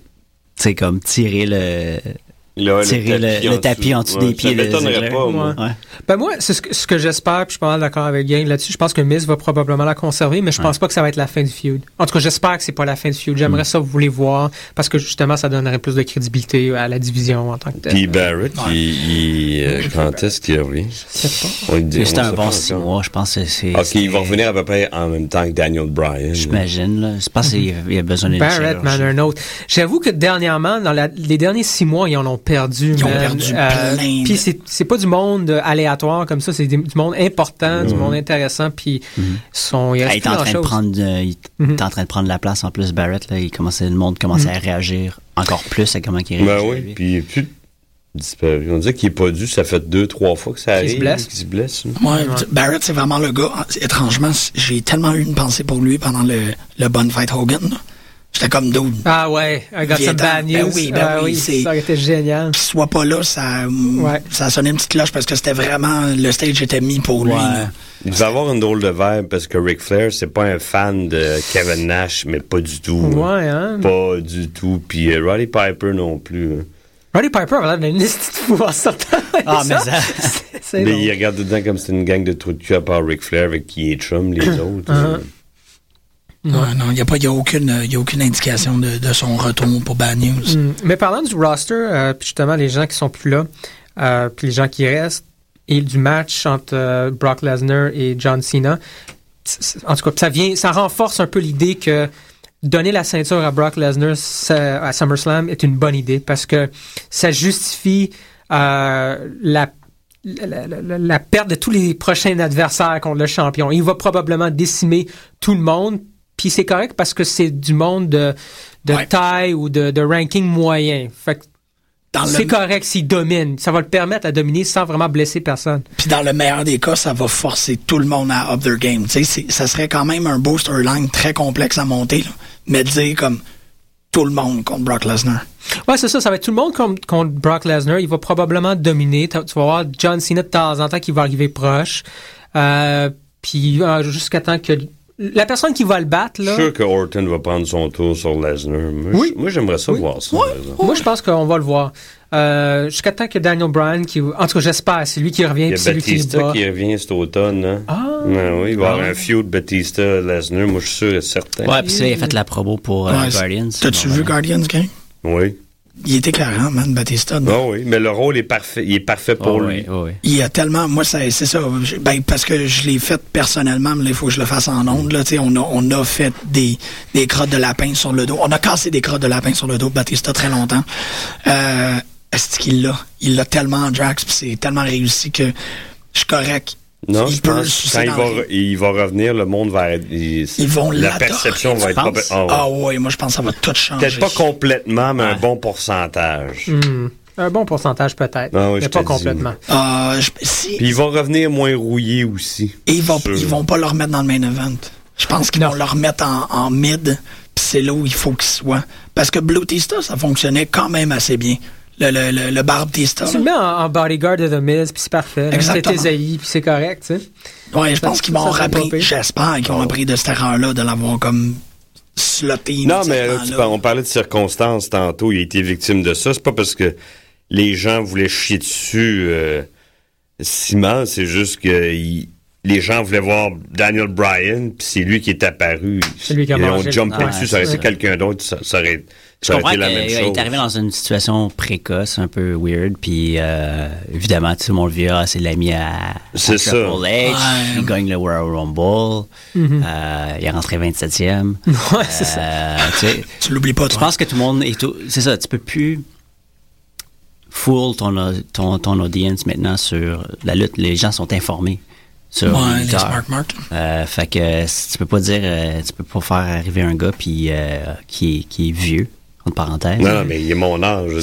sais, comme tirer le,
Là,
tirer le, le tapis en dessous
Ouais,
des pieds
Ça
de
m'étonnerait
Ziggler?
pas, moi.
Ouais.
Ben moi, c'est ce que, ce que j'espère, puis je suis pas mal d'accord avec Gang là-dessus. Je pense que Miz va probablement la conserver, mais je pense pas que ça va être la fin du feud. En tout cas, j'espère que c'est pas la fin du feud.
Mm.
J'aimerais ça vous les voir, parce que justement, ça donnerait plus de crédibilité à la division en tant que
Puis
telle.
Barrett, il, il, euh, quand est-ce qu'il revient
Je sais pas.
On le dit-
Mais
on
C'est un
sait
bon
pas
six
encore. Ah,
mois, je pense que c'est.
Ok,
c'est-
il va revenir à peu près en même temps que Daniel Bryan.
J'imagine, là. Je pense qu'il y a besoin d'une
Barrett, man,
chirurgie.
un autre. J'avoue que dernièrement, dans la- les derniers six mois, ils en ont perdu.
Ils ont
man. Euh,
perdu plein de-
Puis c'est- c'est pas du monde euh, aléatoire comme ça, c'est des- du monde important,
Mm.
du monde intéressant, puis
Mm-hmm.
ils sont, il
Ah,
reste
il est
plus
en train de
grand-chose.
prendre, euh, il est
Mhm.
en train de prendre la place en plus Barrett là, il commençait le monde commençait à réagir encore plus à comment il réagit.
Ben oui, puis il est plus disparu. On dirait qu'il est pas dû, ça fait deux, trois fois que ça
Qu'il
arrive.
se blesse.
qu'il se blesse, hein.
Moi, tu- Barrett, c'est vraiment le gars. Étrangement, c- j'ai tellement eu une pensée pour lui pendant le, le Bonne Fight Hogan. là. J'étais comme dude.
Ah ouais, I got some
Vietnam.
bad news.
Ben oui, ben
Ah
oui, c'est-
ça aurait été génial.
qu'il soit pas là, ça, mm,
Ouais.
ça a sonné une petite cloche parce que c'était vraiment le stage était mis pour lui. là.
Il va avoir une drôle de vibe parce que Ric Flair, c'est pas un fan de Kevin Nash, mais pas du tout. hein.
Ouais, hein?
Pas du tout. Puis euh, Roddy Piper non plus. hein.
Roddy Piper avait l'air d'une liste de fou en sortant.
Ah, mais ça-
C'est- c'est
Mais
drôle.
il regarde dedans comme c'est une gang de trous de cul à part Ric Flair avec qui il est chum, les autres. hein.
Non, non, il n'y a, pas- y a, aucune, euh, y a aucune indication de, de son retour pour Bad News.
Mm. Mais parlant du roster, euh, puis justement les gens qui sont plus là, euh, puis les gens qui restent, et du match entre euh, Brock Lesnar et John Cena, c- c- en tout cas, ça vient, ça renforce un peu l'idée que donner la ceinture à Brock Lesnar ça- à SummerSlam est une bonne idée parce que ça justifie euh, la la, la- la- la perte de tous les prochains adversaires contre le champion. Il va probablement décimer tout le monde. Puis c'est correct parce que c'est du monde de, de
Ouais.
taille ou de, de ranking moyen. Fait que
Dans le-
c'est correct s'il domine. Ça va le permettre à dominer sans vraiment blesser personne.
Puis dans le meilleur des cas, ça va forcer tout le monde à up their game. Tu sais, c'est- ça serait quand même un beau storyline très complexe à monter, là. mais dire comme tout le monde contre Brock Lesnar.
Ouais, c'est ça. Ça va être tout le monde contre, contre Brock Lesnar. Il va probablement dominer. T'as- Tu vas voir John Cena de temps en temps qui va arriver proche. Euh, puis euh, jusqu'à temps que la personne qui va le battre
Je
là.
suis sûr que Orton va prendre son tour sur Lesnar. Moi,
Oui.
j- Moi, j'aimerais ça voir ça. par exemple.
Moi, je pense qu'on va le voir. Euh, Jusqu'à temps que Daniel Bryan, qui, en tout cas, j'espère, c'est lui qui revient,
Il y
puis
a
c'est lui qui le
Batista
bat.
qui revient cet automne. Hein? Ah! oui, il va y avoir un feud Batista-Lesnar. Moi, je suis sûr et certain.
Ouais, puis ça, il a fait la promo pour euh,
Ouais, c'est-
Guardians.
T'as-tu
Bon,
vu
ben,
Guardians, Ken?
Oui.
Il est éclairant, man, Batista.
Ah oui, mais le rôle est parfait. Il est parfait pour
ouais,
lui.
ouais, ouais.
Il y a tellement, moi, ça- c'est ça. je- Ben, parce que je l'ai fait personnellement, mais là, il faut que je le fasse en ondes. Là, tu sais, on, a, on a fait des, des crottes de lapin sur le dos. On a cassé des crottes de lapin sur le dos de Batista très longtemps. Euh, est-ce qu'il l'a? Il l'a tellement en Drax, puis c'est tellement réussi que je suis correct.
Non,
il
je
peut le
pense que
sucer
quand il
dans
va,
le-
re- il va revenir, le monde va être. il-
Ils vont
La
l'adorer,
perception
tu
va être.
penses?
complète- ah ouais.
Ah ouais, moi, je pense que ça va tout changer.
Peut-être pas complètement, mais un bon pourcentage.
Hmm. Un bon pourcentage, peut-être.
Ah oui,
mais
je
pas
te dis.
complètement.
Ah, je- si,
Puis il va revenir moins rouillé aussi.
Et ils vont,
Sûr.
ils vont pas le remettre dans le main event. Je pense qu'ils
Non.
vont le remettre en, en mid, puis c'est là où il faut qu'il soit. Parce que Blue Tista, ça fonctionnait quand même assez bien. Le, le, le, le Barb Tista.
Tu le mets en, en bodyguard de The Miz, puis c'est parfait. là. C'est
Exactement.
ésaillé, puis c'est correct, tu sais.
Ouais, je pense qu'ils
ça,
vont
ça va
appris.
pas pire.
J'espère
Ah
qu'ils ont appris de cette erreur-là, de l'avoir comme sloté.
Non,
dans ce
mais là, tu
temps-là.
par- on parlait de circonstances tantôt. Il a été victime de ça. C'est pas parce que les gens voulaient chier dessus euh, Simon, c'est juste que il- les gens voulaient voir Daniel Bryan, puis c'est lui qui est apparu.
C'est lui qui a
Ils ont
mangé.
jumpé
Ouais,
dessus, ça aurait
c'est
été
ça.
quelqu'un d'autre, ça, ça aurait,
Je
ça aurait
comprends
été
qu'il
la même chose.
est arrivé dans une situation précoce, un peu weird, puis euh, évidemment, tout le monde le vit, ah, c'est l'ami à, à
C'est
Triple
ça.
H, il gagne le World Rumble, euh, il est rentré 27e.
Ouais, c'est ça.
Euh, tu sais,
Tu l'oublies pas,
je
toi.
pense que tout le monde est... au- C'est ça, tu peux plus fool ton, au- ton, ton audience maintenant sur la lutte. Les gens sont informés sur
Ouais,
les
les
lutteurs.
Smart Mark.
Euh, fait que si tu peux pas dire, euh, tu peux pas faire arriver un gars puis euh, qui, est, qui est vieux, entre parenthèses.
Non, non, mais il est mon âge. Je veux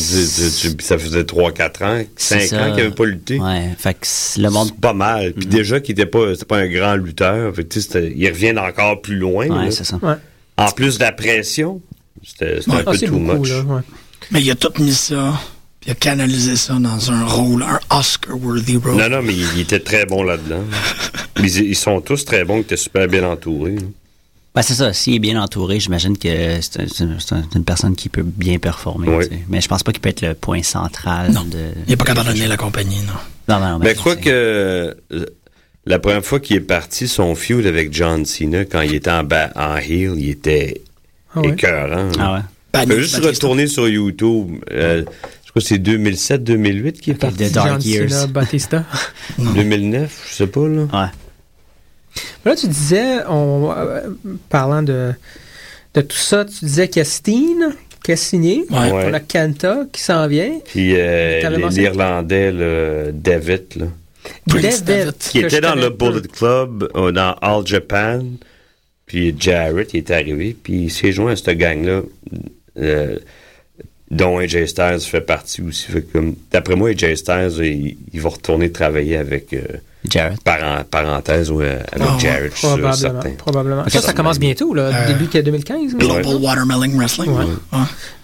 dire, tu- tu- ça faisait 3-4 ans, 5
C'est ça.
ans qu'il n'avait pas lutté.
Ouais, fait que c- le monde. Mm-hmm.
C'est pas mal. Puis déjà qu'il était pas, c'était pas un grand lutteur. Fait que, tu sais, c'était- il revient encore plus loin.
Ouais,
là.
c'est ça.
Ouais.
En plus de la pression, c'était c'était un
Ah,
peu
c'est
too
beaucoup,
much.
là. ouais.
Mais il a tout mis ça, puis il a canalisé ça dans un rôle, un Oscar-worthy rôle.
Non, non, mais il, il était très bon là-dedans. ils, ils sont tous très bons, ils étaient super bien entourés. là.
Ben, c'est ça. S'il est bien entouré, j'imagine que c'est un- c'est un- c'est un- une personne qui peut bien performer.
Oui.
tu sais. Mais je pense pas qu'il peut être le point central
Non.
de.
Il n'est pas capable de donner la compagnie, non.
Non, non, non,
Mais
ben,
quoi
c'est-
que euh, la première fois qu'il est parti, son feud avec John Cena, quand il était en, bas, en heel, il était
Ah ouais.
écœurant. là.
Ah ouais.
Bad
Je peux
News,
juste
Batista.
retourner sur YouTube. euh, je crois que c'est 2007-2008 qui est parti.
The Dark
John
Years.
Cena, Batista.
2009, je sais pas, là.
Ouais.
Là, tu disais, en euh, parlant de, de tout ça, tu disais qu'il y a Steen qui a signé.
Ouais.
Ouais.
On a Kenta qui s'en vient.
Puis euh,
T'avais
les-
mentionné-
l'Irlandais, là, David, là,
Dev-
Prince David.
qui
que
était
je
dans
connais
le
peu.
Bullet Club, euh, dans All Japan. Puis Jarrett, il est arrivé, puis il s'est joint à cette gang-là, euh, dont AJ Styles fait partie aussi. Fait que, comme, D'après moi, AJ Styles, il, il va retourner travailler avec, euh,
Jarrett.
paran- parenthèse, ouais, avec
Ah ouais,
Jarrett, je suis sûr,
Probablement.
certain.
probablement.
Ok,
Ça, ça
ça-
commence bientôt, là,
Euh,
début qu'il y a 2015. là.
Global Watermelon Wrestling.
Ouais.
Ouais.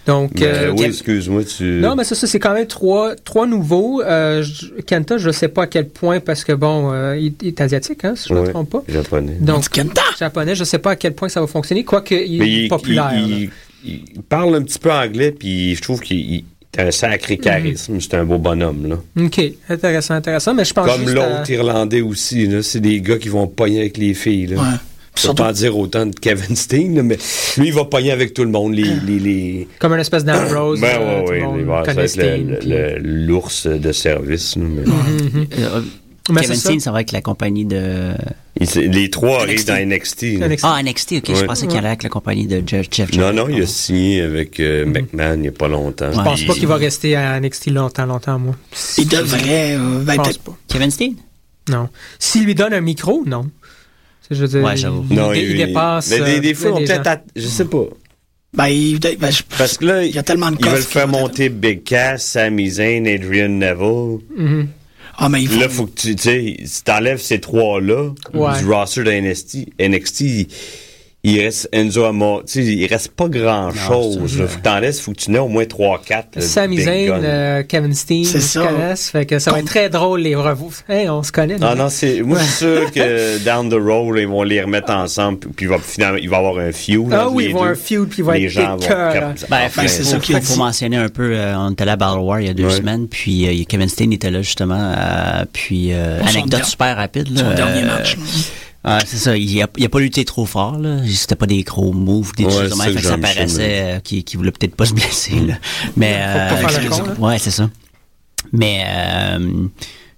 Donc,
Mais,
euh,
Ben oui, excuse-moi, tu...
Non, mais ça, ça, c'est quand même trois, trois nouveaux. Euh, je- Kenta, je ne sais pas à quel point, parce que bon, euh, il, il est asiatique, hein, si je ne me
Ouais,
trompe pas.
Japonais.
Donc,
Du Kenta.
japonais, je ne sais pas à quel point ça va fonctionner, quoique il
Mais
est populaire.
il-
là.
il- il parle un petit peu anglais, puis je trouve qu'il il- il a un
Mhm.
sacré charisme. C'est un beau bonhomme, là.
OK, intéressant, intéressant, mais je pense
Comme
Ah, juste euh,
l'autre
à-
Irlandais aussi, là. C'est des gars qui vont pogner avec les filles, là.
Ouais.
Je peux
Surtout-
pas en dire autant de Kevin Steen, là, mais lui, il va pogner avec tout le monde. Les, les, les...
Comme une espèce d'Ambrose.
Ben
Ah. euh,
ouais,
tout le
ouais,
monde
les- ça va
connaît
être le-
Sting,
le-
puis- Mhm.
le- l'ours de service. là, mais-
Euh,
Mais
Kevin
c'est ça.
Steen, ça va avec la compagnie de.
Il s'est- les trois arrivent
NXT.
dans NXT. là.
NXT.
Ah, NXT, ok. Je
Ouais.
pensais qu'il allait avec la compagnie de Jeff Jeff
Non,
Jarrett.
non, il a signé avec euh, McMahon il n'y a pas longtemps.
Je
Ah. Mhm. Je pense
Puis-
pas qu'il va rester à NXT longtemps, longtemps, moi.
Il devrait. euh, ben,
Je pense
peut-être-
pas.
Kevin Steen?
Non. S'il lui donne un micro, non. C'est- Je veux dire,
Ouais, j'avoue.
il, il, il dépasse.
Mais des,
euh,
des fois,
plein
on
des
peut-être.
gens.
att- Je sais pas.
ben, il- ben, je-
Parce que là,
il y a tellement de
ils
coffres
veulent faire
qu'il va-
monter Big Cass, Sami Zayn, Adrian Neville.
Ah, mais il faut.
Là, faut que tu, tu sais, si t'enlèves ces trois-là
Ouais.
du roster de NXT, NXT il, il reste Enzo Amore. Tu sais, il reste pas grand-chose. là. Faut que t'en laisses, faut que tu n'aies au moins 3-4.
Sami Zayn, euh, Kevin Steen,
C'est
ils se
ça.
connaissent. Fait que ça va être
Comme-
très drôle, les revois. Hey, on se connaît.
Ah
nous.
non, c'est, moi, je suis sûr que down the road, ils vont les remettre ensemble, puis, puis il va, finalement, il va y avoir un feud.
Ah
entre
oui,
les
ils vont
deux.
un feud, puis il va
Les
être
gens vont Ah,
écœurant.
cap-
Ben,
enfin,
faut-
c'est
faut-
ça qu'il a
faut- faut
dit.
mentionner un peu, euh, on était là à Battle War il y a deux
Ouais.
semaines, puis euh, Kevin Steen était là justement, euh, puis euh,
Pour son
anecdote
der-
super rapide. Là,
Son dernier
euh,
match.
ah, c'est ça, il a, il a pas lutté trop fort, là. c'était pas des gros moves, des
Ouais,
choses de
c'est
même,
ça
fait
que
que ça
j'aime, ça,
paraissait euh, qu'il qu'il voulait peut-être pas se blesser. Là. Mais,
Faut pas
euh,
faire
c'est
le con,
ça.
là.
Ouais, c'est ça. Mais euh,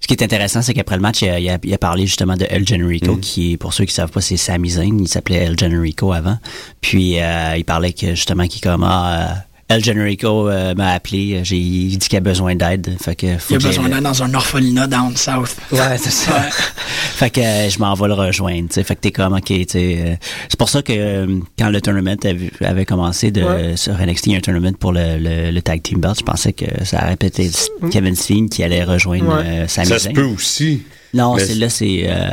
ce qui est intéressant, c'est qu'après le match, il a, il a- il a parlé justement de El
Mm.
Generico, qui, pour ceux qui savent pas, c'est Sami Zayn. Il s'appelait El Generico avant. Puis euh, il parlait que justement qu'il comme ah, euh, El Generico euh, m'a appelé. J'ai il dit qu'il a besoin d'aide. Fait que faut
Il a
que j'aille-
besoin d'aller dans un orphelinat down south.
Ouais, c'est ça. fait que euh, je m'en vais le rejoindre, tu sais. Fait que t'es comme, OK, tu sais. euh, c'est pour ça que euh, quand le tournament avait, avait commencé de,
Ouais.
sur NXT, il y a un tournament pour le, le, le Tag Team Belt, je pensais que ça aurait peut-être été Kevin Steen qui allait rejoindre
hmm? Ouais.
euh, Sami
Ça se
Zayn.
peut aussi.
Non,
mais
c'est là, c'est. euh,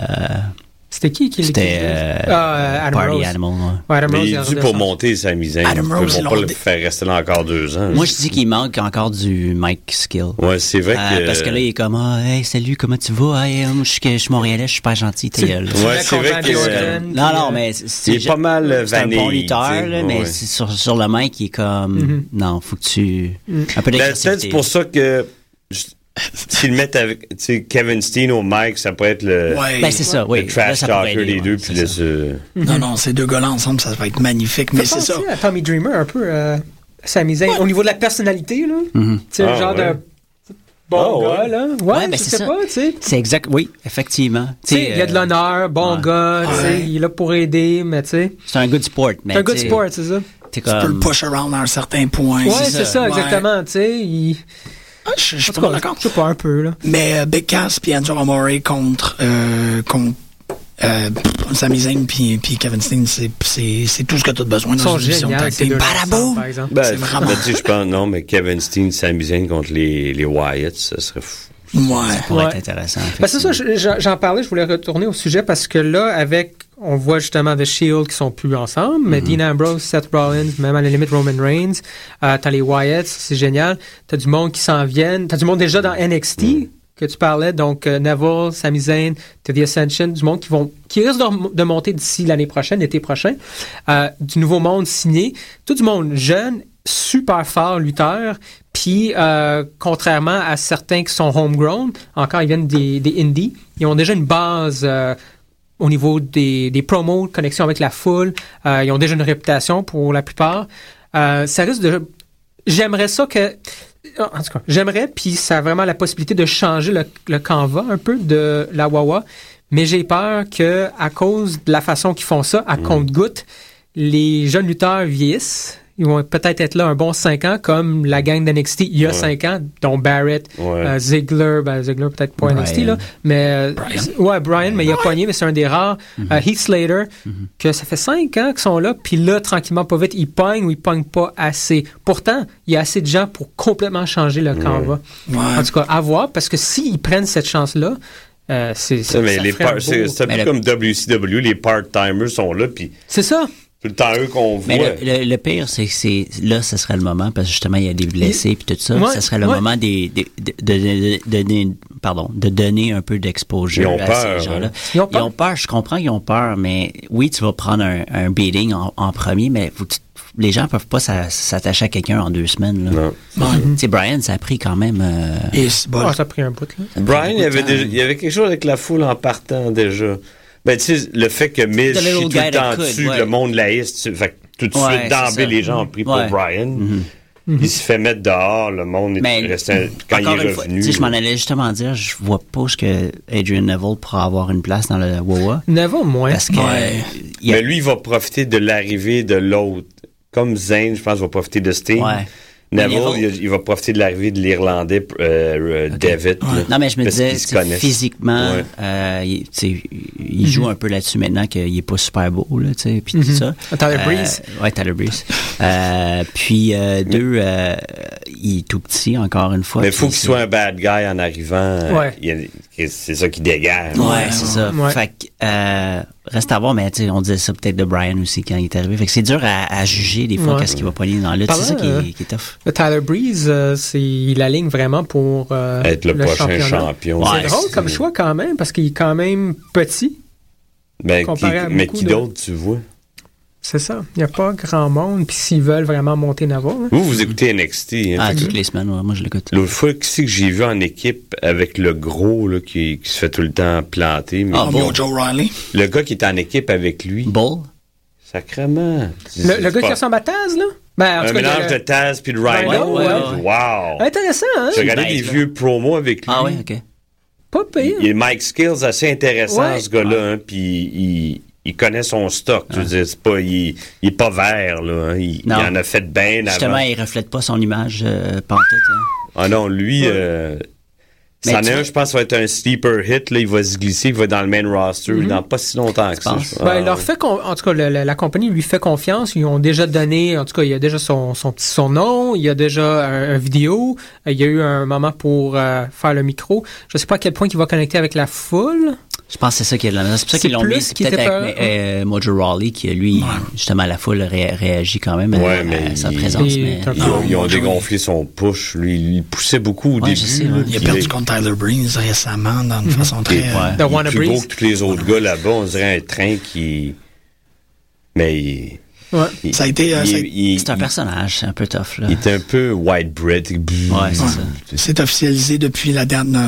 C'était qui qui
C'était. euh,
Ah, euh, Adam
Party
Rose.
Animal, ouais.
Ouais, Adam
Mais
Rose,
il
il a
est dû
redescendu.
pour monter Sami Zayn.
Adam
Ils
Rose,
vont
ils
pas
l'ont
le
dé-
faire rester là encore deux ans.
Moi, je dis qu'il manque encore du Mike Skill.
Ouais, c'est vrai
Ah,
que.
parce que là, il est comme, ah, hey, salut, comment tu vas? Hey, euh, moi, je suis je suis montréalais, je suis pas gentil, ta gueule.
Ouais, c'est vrai
Conrad
que, euh,
Jordan, puis,
Non, non,
euh,
mais c'est- c'est
il est
je-
pas mal, euh,
C'est un bon
vanille,
lutteur,
tu sais,
là,
ouais,
mais
ouais.
c'est sur, sur le mec, il est comme.
Mhm.
Non, faut que tu. Un peu
Ben, peut-être
d'agressivité.
c'est pour ça que. je- S'ils le mettent avec. Tu sais, Kevin Steen au mic, ça pourrait être le.
Ouais.
Ben, c'est ça, oui.
Le trash
Là, ça pourrait
talker
aider,
les
ouais,
deux,
c'est
puis le.
ça.
ce-
Non, non, ces deux gars-là ensemble, ça va être magnifique. Mais
Ça
c'est
fait
ça.
penser à Tommy Dreamer un peu euh, Sami Zayn au niveau de la personnalité là tu sais
Ah,
le genre
ouais.
de bon
Ah,
gars
ouais.
là ouais,
Ouais, ben,
je
c'est
sais
ça.
pas tu sais
C'est exact, oui, effectivement.
Tu sais, il y a de
euh,
l'honneur bon
ouais.
gars tu sais
Ouais.
il est là pour aider mais tu sais
C'est un good sport, mais.
c'est un good
tu sais,
sport c'est ça
t'es
Tu peux le
Euh.
comme-
push around à un certain point.
ouais c'est ça
Ouais.
exactement tu sais il...
Ah, Je je suis
en tout
pas
cas
d'accord.
je sais pas un peu là
Mais euh, Big Cass puis Andrew Amore contre, euh, contre euh, pff, Sami Zayn puis puis Kevin Steen, c'est- c'est c'est tout ce que tu as besoin
ils
dans
sont
une division
géniaux
tag
ces
team.
deux
Badaboum!
par exemple
Ben,
C'est vraiment-
ben, tu sais, je pense, non, mais Kevin Steen, Sami Zayn contre les, les Wyatt, ça serait fou.
Ouais.
Ça pourrait
Ouais.
être intéressant.
Ben, c'est ça, je- je- j'en parlais, je voulais retourner au sujet parce que là, avec, on voit justement The Shield qui sont plus ensemble, mais Dean Ambrose, Seth Rollins, même à la limite Roman Reigns, euh, t'as les Wyatt, c'est génial, t'as du monde qui s'en viennent, t'as du monde déjà dans NXT que tu parlais, donc euh, Neville, Sami Zayn, t'as The Ascension, du monde qui vont, qui risque de, rem- de monter d'ici l'année prochaine, l'été prochain, euh, du nouveau monde signé, tout du monde jeune, super fort lutteur, puis, euh, contrairement à certains qui sont homegrown, encore, ils viennent des, des indies. Ils ont déjà une base euh, au niveau des, des promos, de connexion avec la foule. Euh, ils ont déjà une réputation pour la plupart. Euh, ça risque de... J'aimerais ça que... euh, En tout cas, j'aimerais, puis ça a vraiment la possibilité de changer le, le canevas un peu de la Wawa. Mais j'ai peur que, à cause de la façon qu'ils font ça, à compte-goutte, les jeunes lutteurs vieillissent. Ils vont peut-être être là un bon 5 ans, comme la gang d'NXT il y a 5 ans, dont Barrett,
Ouais.
euh, Ziggler, ben, Ziggler peut-être pas NXT, là,
Bryan.
mais euh, ouais, Brian, mais il a pogné, mais c'est un des rares. Euh, Heath Slater, que ça fait cinq ans qu'ils sont là, puis là, tranquillement, pas vite, ils pognent ou ils pognent pas assez. Pourtant, il y a assez de gens pour complètement changer le canevas.
Ouais.
En tout cas, à voir, parce que s'ils prennent cette chance-là, euh, c'est
Ça,
ça.
mais
ça
les
ferait un
par- c'est
beau-
c'est un peu
Mais le-
comme WCW, les part-timers sont là, puis
C'est ça.
tout le temps eux qu'on voit.
Mais le, le- le pire, c'est que c'est là, ce serait le moment parce que justement il y a des blessés puis tout ça.
Ouais,
ça serait le
ouais.
moment des, des- de, de- de- de donner, pardon, de donner un peu d'exposure
Ils ont
à
peur,
ces gens-là.
hein.
Ils ont peur.
Je comprends qu'ils ont peur, mais oui, tu vas prendre un, un beating en, en premier, mais faut que tu- les gens peuvent pas s'a- s'attacher à quelqu'un en deux semaines. Là.
Non. Mm-hmm.
Tu sais, Brian, ça a pris quand même. euh,
Et c'est bon.
Ah, ça a pris un bout, là.
Brian, il y,
beaucoup de
avait
temps.
déjà- il y avait quelque chose avec la foule en partant déjà. Ben, tu sais, le fait que Miz
The
chie
little
tout le
guy
temps
that could,
dessus,
ouais.
le monde laïste, tu- fait que tout de
Ouais,
suite,
c'est ça.
d'emblée, les gens ont pris
Ouais. Mhm.
pour Brian. Il se fait mettre dehors, le monde est resté, quand il
encore une
est
fois,
revenu.
tu sais, je m'en allais justement dire, je vois pas où ce que Adrian Neville pourra avoir une place dans le WoWA.
Neville, moins.
Parce que.
Ouais.
il y a-
Mais lui, il va profiter de l'arrivée de l'autre. Comme Zane, je pense, va profiter de Sting.
Ouais.
Neville,
Mais
il,
Neville-
il va profiter de l'arrivée de l'Irlandais, euh, euh, David. là,
Non, mais je me
parce
disais,
qu'ils se
tu sais,
connaissent.
physiquement,
Ouais. Mm-hmm.
euh, il, tu sais, il joue un peu là-dessus maintenant qu'il est pas super beau, là, tu sais, puis tout ça.
Ah, Tyler Breeze.
Euh, ouais, Tyler Breeze. Euh, puis, euh, deux, euh, il est tout petit, encore une fois.
Mais il faut
puis
qu'il
c'est-
soit un bad guy en arrivant. euh,
Ouais.
il y a- C'est ça qui dégage.
Ouais, c'est ça.
Ouais.
Fait que, euh, reste à voir, mais tu sais, on disait ça peut-être de Brian aussi quand il est arrivé. Fait que c'est dur à, à juger des fois
Ouais.
qu'est-ce qu'il va pogner dans la lutte. C'est ça
Parlant,
qui,
euh,
est- qui est tough.
Le Tyler Breeze, euh, c'est, il aligne vraiment pour euh,
Être le, prochain
championnat.
champion.
Ouais,
C'est drôle comme choix quand même, parce qu'il est quand même petit.
Ben, qui-
comparé à
mais
beaucoup
qui
de-
d'autre, tu vois?
C'est ça. Il n'y a pas grand monde. Puis s'ils veulent vraiment monter Neville,
Vous, vous écoutez NXT. Hein,
Ah,
fait que-
toutes les semaines, ouais, moi je l'écoute.
L'autre fois, qui c'est que j'ai vu en équipe avec le gros là, qui, qui se fait tout le temps planter? Mais
Ah,
Comme
bon.
Yo, Joe Riley.
Le gars qui est en équipe avec lui,
Bull?
sacrement.
le, le gars qui ressemble à Taz, là? Ben, en
Un
tout cas, il y a
mélange
le-
de Taz puis de Rhino.
Rhino, ouais,
là.
ouais.
Wow!
Intéressant, hein?
J'ai regardé
bête,
les
là.
vieux promos avec lui.
Ah ouais, ok.
Pas pire.
Il est Mike Skills assez intéressant,
Ouais.
ce gars-là. hein, puis il, il connaît son stock. Je veux dire, c'est pas, il, il est pas vert. Là, hein, il, il
Ah.
en
Non.
a fait bien
Justement,
avant.
il reflète pas son image euh, pantoute. hein.
Ah non, lui... euh,
Mais
C'en
tu-
est un, je pense, va être un sleeper hit. Là, il va se glisser, il va dans le main roster dans pas si longtemps que ça. Ah,
penses?
je pense.
Ben, il leur fait con- en tout cas, le- le- la compagnie lui fait confiance. Ils ont déjà donné, en tout cas, il y a déjà son, son petit son nom, il y a déjà un, un vidéo, Euh, il y a eu un moment pour euh, faire le micro. Je sais pas à quel point il va connecter avec la foule.
Je pense que c'est ça qui est de la misère. C'est pour ça
C'est
qu'ils l'ont
plus
mis
qui
peut-être
était
avec
peur.
euh, Mojo Rawley, qui lui, justement, la foule ré- réagit quand même
Ouais,
à, à
mais
sa
il-
présence.
il-
mais-
t'as-
Ils ont, ils ont
Non,
dégonflé son push. Lui, il le poussait beaucoup au
Ouais,
début.
je sais,
là,
ouais.
Il a
puis
perdu
est- Mhm.
contre Tyler Breeze récemment, dans une façon très. euh,
Ouais.
il
The
est
Wanna
plus gros
Breeze.
que tous les autres gars là-bas. On dirait un train qui. Mais. il-
Ouais.
il-
Ça a été, euh,
il-
ça a-
il-
C'est un
il-
personnage, c'est un peu tough. Là.
il était un peu white bread.
Ouais, c'est ça.
C'est officialisé depuis la dernière,